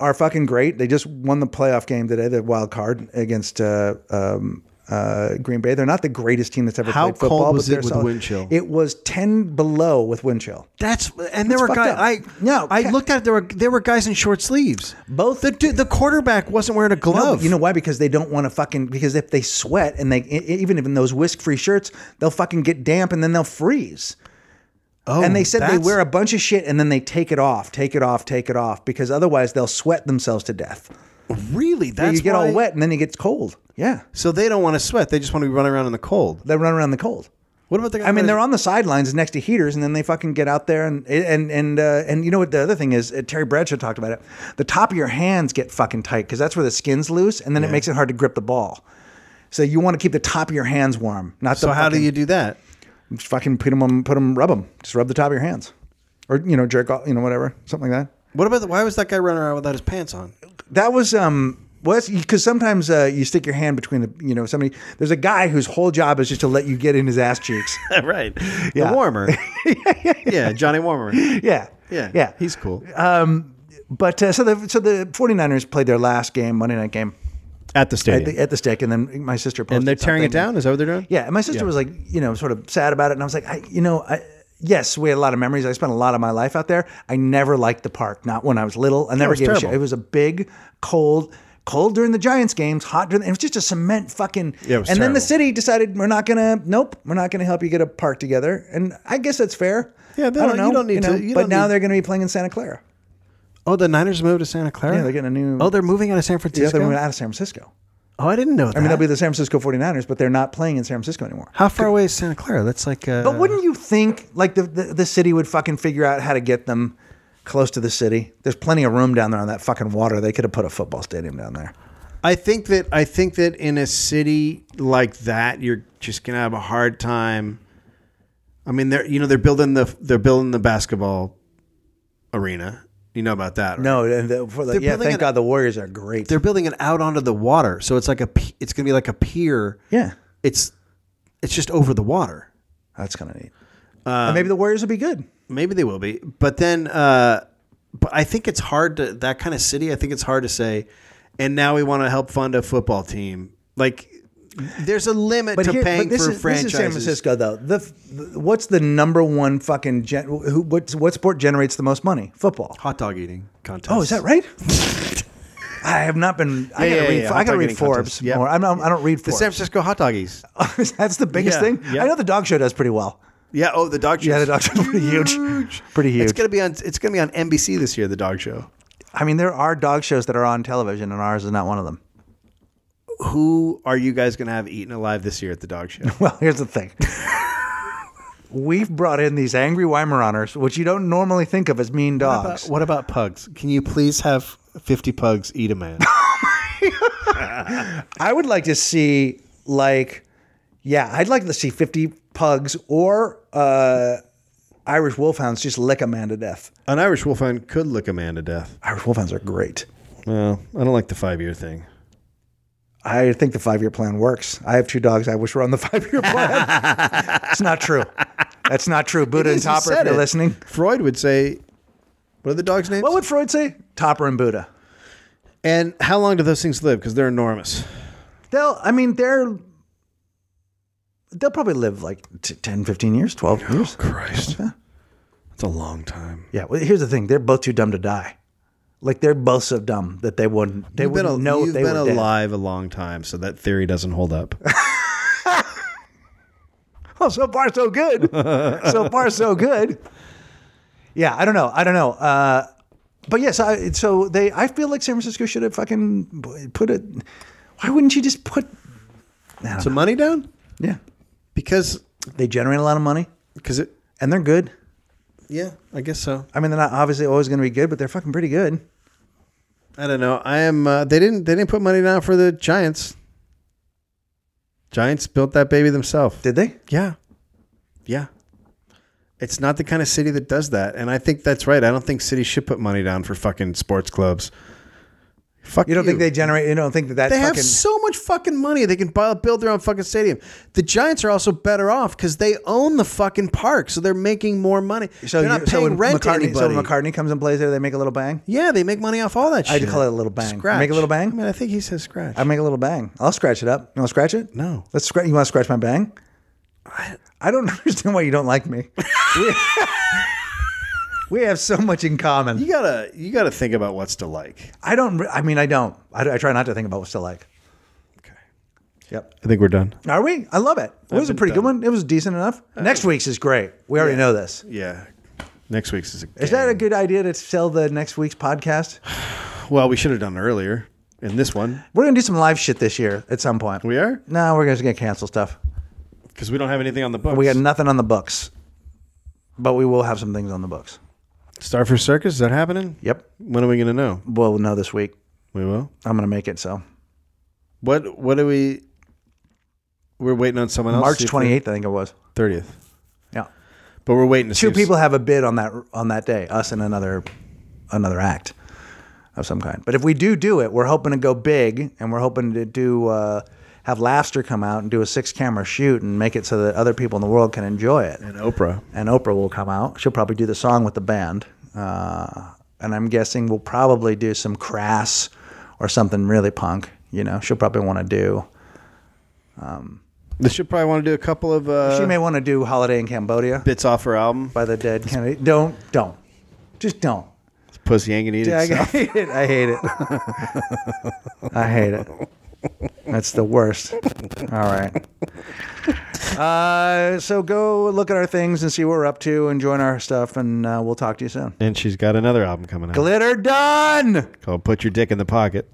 Speaker 2: are fucking great. They just won the playoff game today, the wild card against uh, um, uh, Green Bay. They're not the greatest team that's ever
Speaker 1: How
Speaker 2: played football.
Speaker 1: cold was
Speaker 2: but
Speaker 1: it
Speaker 2: they're
Speaker 1: with
Speaker 2: solid.
Speaker 1: wind chill?
Speaker 2: It was 10 below with wind chill.
Speaker 1: that's and there were
Speaker 2: fucked
Speaker 1: guys.
Speaker 2: up.
Speaker 1: I
Speaker 2: No,
Speaker 1: I
Speaker 2: ca-
Speaker 1: looked at it, there were there were guys in short sleeves.
Speaker 2: Both-
Speaker 1: the dude, the quarterback wasn't wearing a
Speaker 2: No,
Speaker 1: glove.
Speaker 2: but you know why? Because they don't want to fucking. Because if they sweat and they e- e- even in those whisk-free shirts, they'll fucking get damp and then they'll freeze. Oh, and they said they
Speaker 1: that's-
Speaker 2: wear a bunch of shit and then they take it off, take it off, take it off because otherwise they'll sweat themselves to death.
Speaker 1: really, that's
Speaker 2: you get
Speaker 1: why-
Speaker 2: all wet and then it gets cold. Yeah,
Speaker 1: So they don't want to sweat. They just want to be running around in the cold.
Speaker 2: they run around in the cold.
Speaker 1: What about the? Guy
Speaker 2: I mean, they're on the sidelines next to heaters, and then they fucking get out there and and and uh, and you know what? The other thing is uh, Terry Bradshaw talked about it. The top of your hands get fucking tight because that's where the skin's loose, and then it makes it hard to grip the ball. So you want to keep the top of your hands warm, not
Speaker 1: So
Speaker 2: the
Speaker 1: how do
Speaker 2: fucking-
Speaker 1: you do that?
Speaker 2: just fucking put them on, put them, rub them, just rub the top of your hands, or you know, jerk off, you know, whatever, something like that.
Speaker 1: What about the, why was that guy running around without his pants
Speaker 2: (laughs)
Speaker 1: on?
Speaker 2: That was um was because sometimes uh, you stick your hand between the you know somebody. There's a guy whose whole job is just to let you get in his ass cheeks.
Speaker 1: (laughs) right.
Speaker 2: (laughs) Yeah.
Speaker 1: The warmer. yeah, Johnny Warmer.
Speaker 2: yeah,
Speaker 1: Yeah.
Speaker 2: yeah. Uh,
Speaker 1: He's cool.
Speaker 2: but uh, so the so the 49ers played their last game Monday night game
Speaker 1: At the
Speaker 2: at
Speaker 1: stadium.
Speaker 2: the, at the stick, and then my sister posted
Speaker 1: and they're tearing it
Speaker 2: something.
Speaker 1: down? Is that what they're doing?
Speaker 2: Yeah, and my sister was like, you know, sort of sad about it, and I was like, I, you know, I, yes, we had a lot of memories. I spent a lot of my life out there. I never liked the park. Not when I was little. I never
Speaker 1: it's
Speaker 2: gave a
Speaker 1: terrible.
Speaker 2: shit. It was a big, cold, cold during the Giants games, hot during. The, it was just a cement fucking.
Speaker 1: Yeah, it was
Speaker 2: and then
Speaker 1: terrible.
Speaker 2: the city decided we're not gonna. Nope, we're not gonna help you get a park together. And I guess that's fair.
Speaker 1: Yeah, they
Speaker 2: I
Speaker 1: don't-
Speaker 2: don't know.
Speaker 1: you don't need
Speaker 2: know,
Speaker 1: to- you
Speaker 2: but
Speaker 1: don't
Speaker 2: now
Speaker 1: need-
Speaker 2: they're gonna be playing in Santa Clara.
Speaker 1: Oh, the Niners moved to Santa Clara?
Speaker 2: Yeah, they're getting a new-
Speaker 1: Oh, they're moving out of San
Speaker 2: The other
Speaker 1: Francisco?
Speaker 2: one out of San Francisco.
Speaker 1: oh, I didn't know that.
Speaker 2: I mean, they'll be the San Francisco 49ers, but they're not playing in San Francisco anymore.
Speaker 1: How far away is Santa Clara? That's like. Uh,
Speaker 2: But wouldn't you think like the, the the city would fucking figure out how to get them close to the city? There's plenty of room down there on that fucking water. They could have put a football stadium down there.
Speaker 1: I think that I think that in a city like that, you're just gonna have a hard time. I mean, they're you know they're building the they're building the basketball arena. You know about that? right?
Speaker 2: No, and the, for the, yeah,
Speaker 1: building
Speaker 2: thank
Speaker 1: it-
Speaker 2: God the Warriors are great.
Speaker 1: they're building it out onto the water, so it's like a p- it's gonna be like a pier.
Speaker 2: yeah,
Speaker 1: it's it's just over the water.
Speaker 2: that's kind of neat.
Speaker 1: Um,
Speaker 2: and maybe the Warriors would be good.
Speaker 1: Maybe they will be, but then, uh, but I think it's hard to that kind of city. I think it's hard to say, and now we want to help fund a football team. Like, there's a limit to
Speaker 2: here-
Speaker 1: paying
Speaker 2: this
Speaker 1: for
Speaker 2: is,
Speaker 1: franchises.
Speaker 2: This is San Francisco though. The, f- the what's the number one fucking gen, who, what what sport generates the most money? Football.
Speaker 1: hot dog eating contest.
Speaker 2: Oh, is that right? (laughs) I have not been. I
Speaker 1: Yeah,
Speaker 2: gotta
Speaker 1: yeah,
Speaker 2: read.
Speaker 1: yeah,
Speaker 2: I
Speaker 1: hot
Speaker 2: gotta
Speaker 1: dog
Speaker 2: read
Speaker 1: eating
Speaker 2: Forbes
Speaker 1: contest. Yep.
Speaker 2: more. I'm not, I don't read
Speaker 1: The
Speaker 2: Forbes.
Speaker 1: San Francisco hot doggies.
Speaker 2: (laughs) That's the biggest
Speaker 1: Yeah,
Speaker 2: thing.
Speaker 1: yeah.
Speaker 2: I know the dog show does pretty well.
Speaker 1: Yeah. Oh, the dog show.
Speaker 2: Yeah, the dog show's pretty huge. Pretty huge.
Speaker 1: It's gonna be on. It's gonna be on NBC this year. The dog show.
Speaker 2: I mean, there are dog shows that are on television, and ours is not one of them. (laughs)
Speaker 1: Who are you guys gonna have eaten alive this year at the dog show?
Speaker 2: Well, here's the thing. We've brought in these angry Weimaraners, which you don't normally think of as mean dogs.
Speaker 1: (laughs) what about pugs? Can you please have fifty pugs eat a man?
Speaker 2: I would like to see, like, yeah, I'd like to see 50 pugs or uh, Irish wolfhounds just lick a man to death.
Speaker 1: (laughs) An Irish wolfhound could lick a man to death.
Speaker 2: Irish wolfhounds are great.
Speaker 1: Well, I don't like the five year thing.
Speaker 2: I think the five year plan works. I have two dogs. I wish we're on the (laughs) five year plan. it's not true. That's not true. Buddha and Topper, if you're listening.
Speaker 1: Freud would say, "What are the dogs' names?"
Speaker 2: What would Freud say? Topper and Buddha.
Speaker 1: and how long do those things live? Because they're enormous.
Speaker 2: They'll, I mean, they're, they'll probably live like t- 10, 15 years, 12 years.
Speaker 1: Christ, that's a long time.
Speaker 2: Yeah. Well, here's the thing. They're both too dumb to die. Like they're both so dumb that they wouldn't, they
Speaker 1: You've been,
Speaker 2: wouldn't
Speaker 1: al-
Speaker 2: know
Speaker 1: you've
Speaker 2: they
Speaker 1: been
Speaker 2: were dead.
Speaker 1: alive a long time, so that theory doesn't hold up. (laughs)
Speaker 2: (laughs) Well, so far so good. so far so good. Yeah, I don't know. I don't know. Uh, but yes, I, so they. I feel like San Francisco should have fucking put it. Why wouldn't you just put?
Speaker 1: so money down
Speaker 2: Yeah,
Speaker 1: because
Speaker 2: they generate a lot of money
Speaker 1: because it
Speaker 2: and they're good.
Speaker 1: yeah I guess so.
Speaker 2: I mean, they're not obviously always going to be good, but they're fucking pretty good.
Speaker 1: I don't know. I am. Uh, they didn't. They didn't put money down for the Giants. Giants built that baby themselves.
Speaker 2: Did they?
Speaker 1: Yeah. Yeah. It's not the kind of city that does that. And I think that's right. I don't think cities should put money down for fucking sports clubs. Fuck
Speaker 2: You don't think they generate? You don't think that that
Speaker 1: They
Speaker 2: fucking,
Speaker 1: have so much fucking money. They can bu- build their own fucking stadium. The Giants are also better off because they own the fucking park, so they're making more money. So they're
Speaker 2: you-
Speaker 1: not paying
Speaker 2: when
Speaker 1: rent to
Speaker 2: McCartney, so
Speaker 1: anybody.
Speaker 2: when McCartney comes and plays there, they make a little bang.
Speaker 1: yeah, they make money off all that
Speaker 2: I'd
Speaker 1: shit.
Speaker 2: call it a little bang.
Speaker 1: Scratch.
Speaker 2: Make a little bang?
Speaker 1: I mean, I think he says scratch.
Speaker 2: I make a little bang. I'll scratch it up. You want to scratch it?
Speaker 1: No.
Speaker 2: Let's scratch. You want to scratch my bang? I, don't (laughs) understand why you don't like me. We- (laughs) we have so much in common.
Speaker 1: you gotta, you gotta think about what's to like.
Speaker 2: I don't. re- I mean, I don't. I, I try not to think about what's to like.
Speaker 1: Okay.
Speaker 2: Yep.
Speaker 1: I think we're done.
Speaker 2: Are we? I love it. It was a
Speaker 1: been
Speaker 2: pretty good
Speaker 1: done.
Speaker 2: one. It was decent enough. Next week's is great. We already know this.
Speaker 1: Yeah. Next week's is. A
Speaker 2: Is that a good idea to sell the next week's podcast?
Speaker 1: Well, we should have done it earlier in this one.
Speaker 2: We're gonna do some live shit this year at some point.
Speaker 1: We are?
Speaker 2: No, we're just gonna cancel stuff.
Speaker 1: because we don't have anything on the books.
Speaker 2: We got nothing on the books, but we will have some things on the books.
Speaker 1: Starfish Circus. Is that happening?
Speaker 2: Yep.
Speaker 1: When are we gonna know?
Speaker 2: We'll know this week.
Speaker 1: We will.
Speaker 2: I'm gonna make it. So
Speaker 1: What What do we? We're waiting on someone else.
Speaker 2: March 28th, I think it was.
Speaker 1: thirtieth.
Speaker 2: Yeah.
Speaker 1: But we're waiting to see
Speaker 2: Two
Speaker 1: if-
Speaker 2: people have a bid on that on that day. Us and another another act of some kind. But if we do do it, we're hoping to go big, and we're hoping to do uh, have Laughter come out and do a six camera shoot and make it so that other people in the world can enjoy it.
Speaker 1: and Oprah.
Speaker 2: and Oprah will come out. She'll probably do the song with the band. Uh, and I'm guessing we'll probably do some crass or something really punk. You know, she'll probably want to do.
Speaker 1: They should probably want to do a couple of uh,
Speaker 2: She may want to do Holiday in Cambodia
Speaker 1: bits off her album.
Speaker 2: by the Dead Kennedy. Don't, don't, just don't.
Speaker 1: Pussy ain't gonna eat
Speaker 2: (laughs) I
Speaker 1: itself.
Speaker 2: hate it. I hate it. I hate it. That's the worst. All right. Uh, so go look at our things and see what we're up to and join our stuff, and uh, we'll talk to you soon.
Speaker 1: And she's got another album coming out
Speaker 2: Glitter done.
Speaker 1: called "Put Your Dick in the Pocket."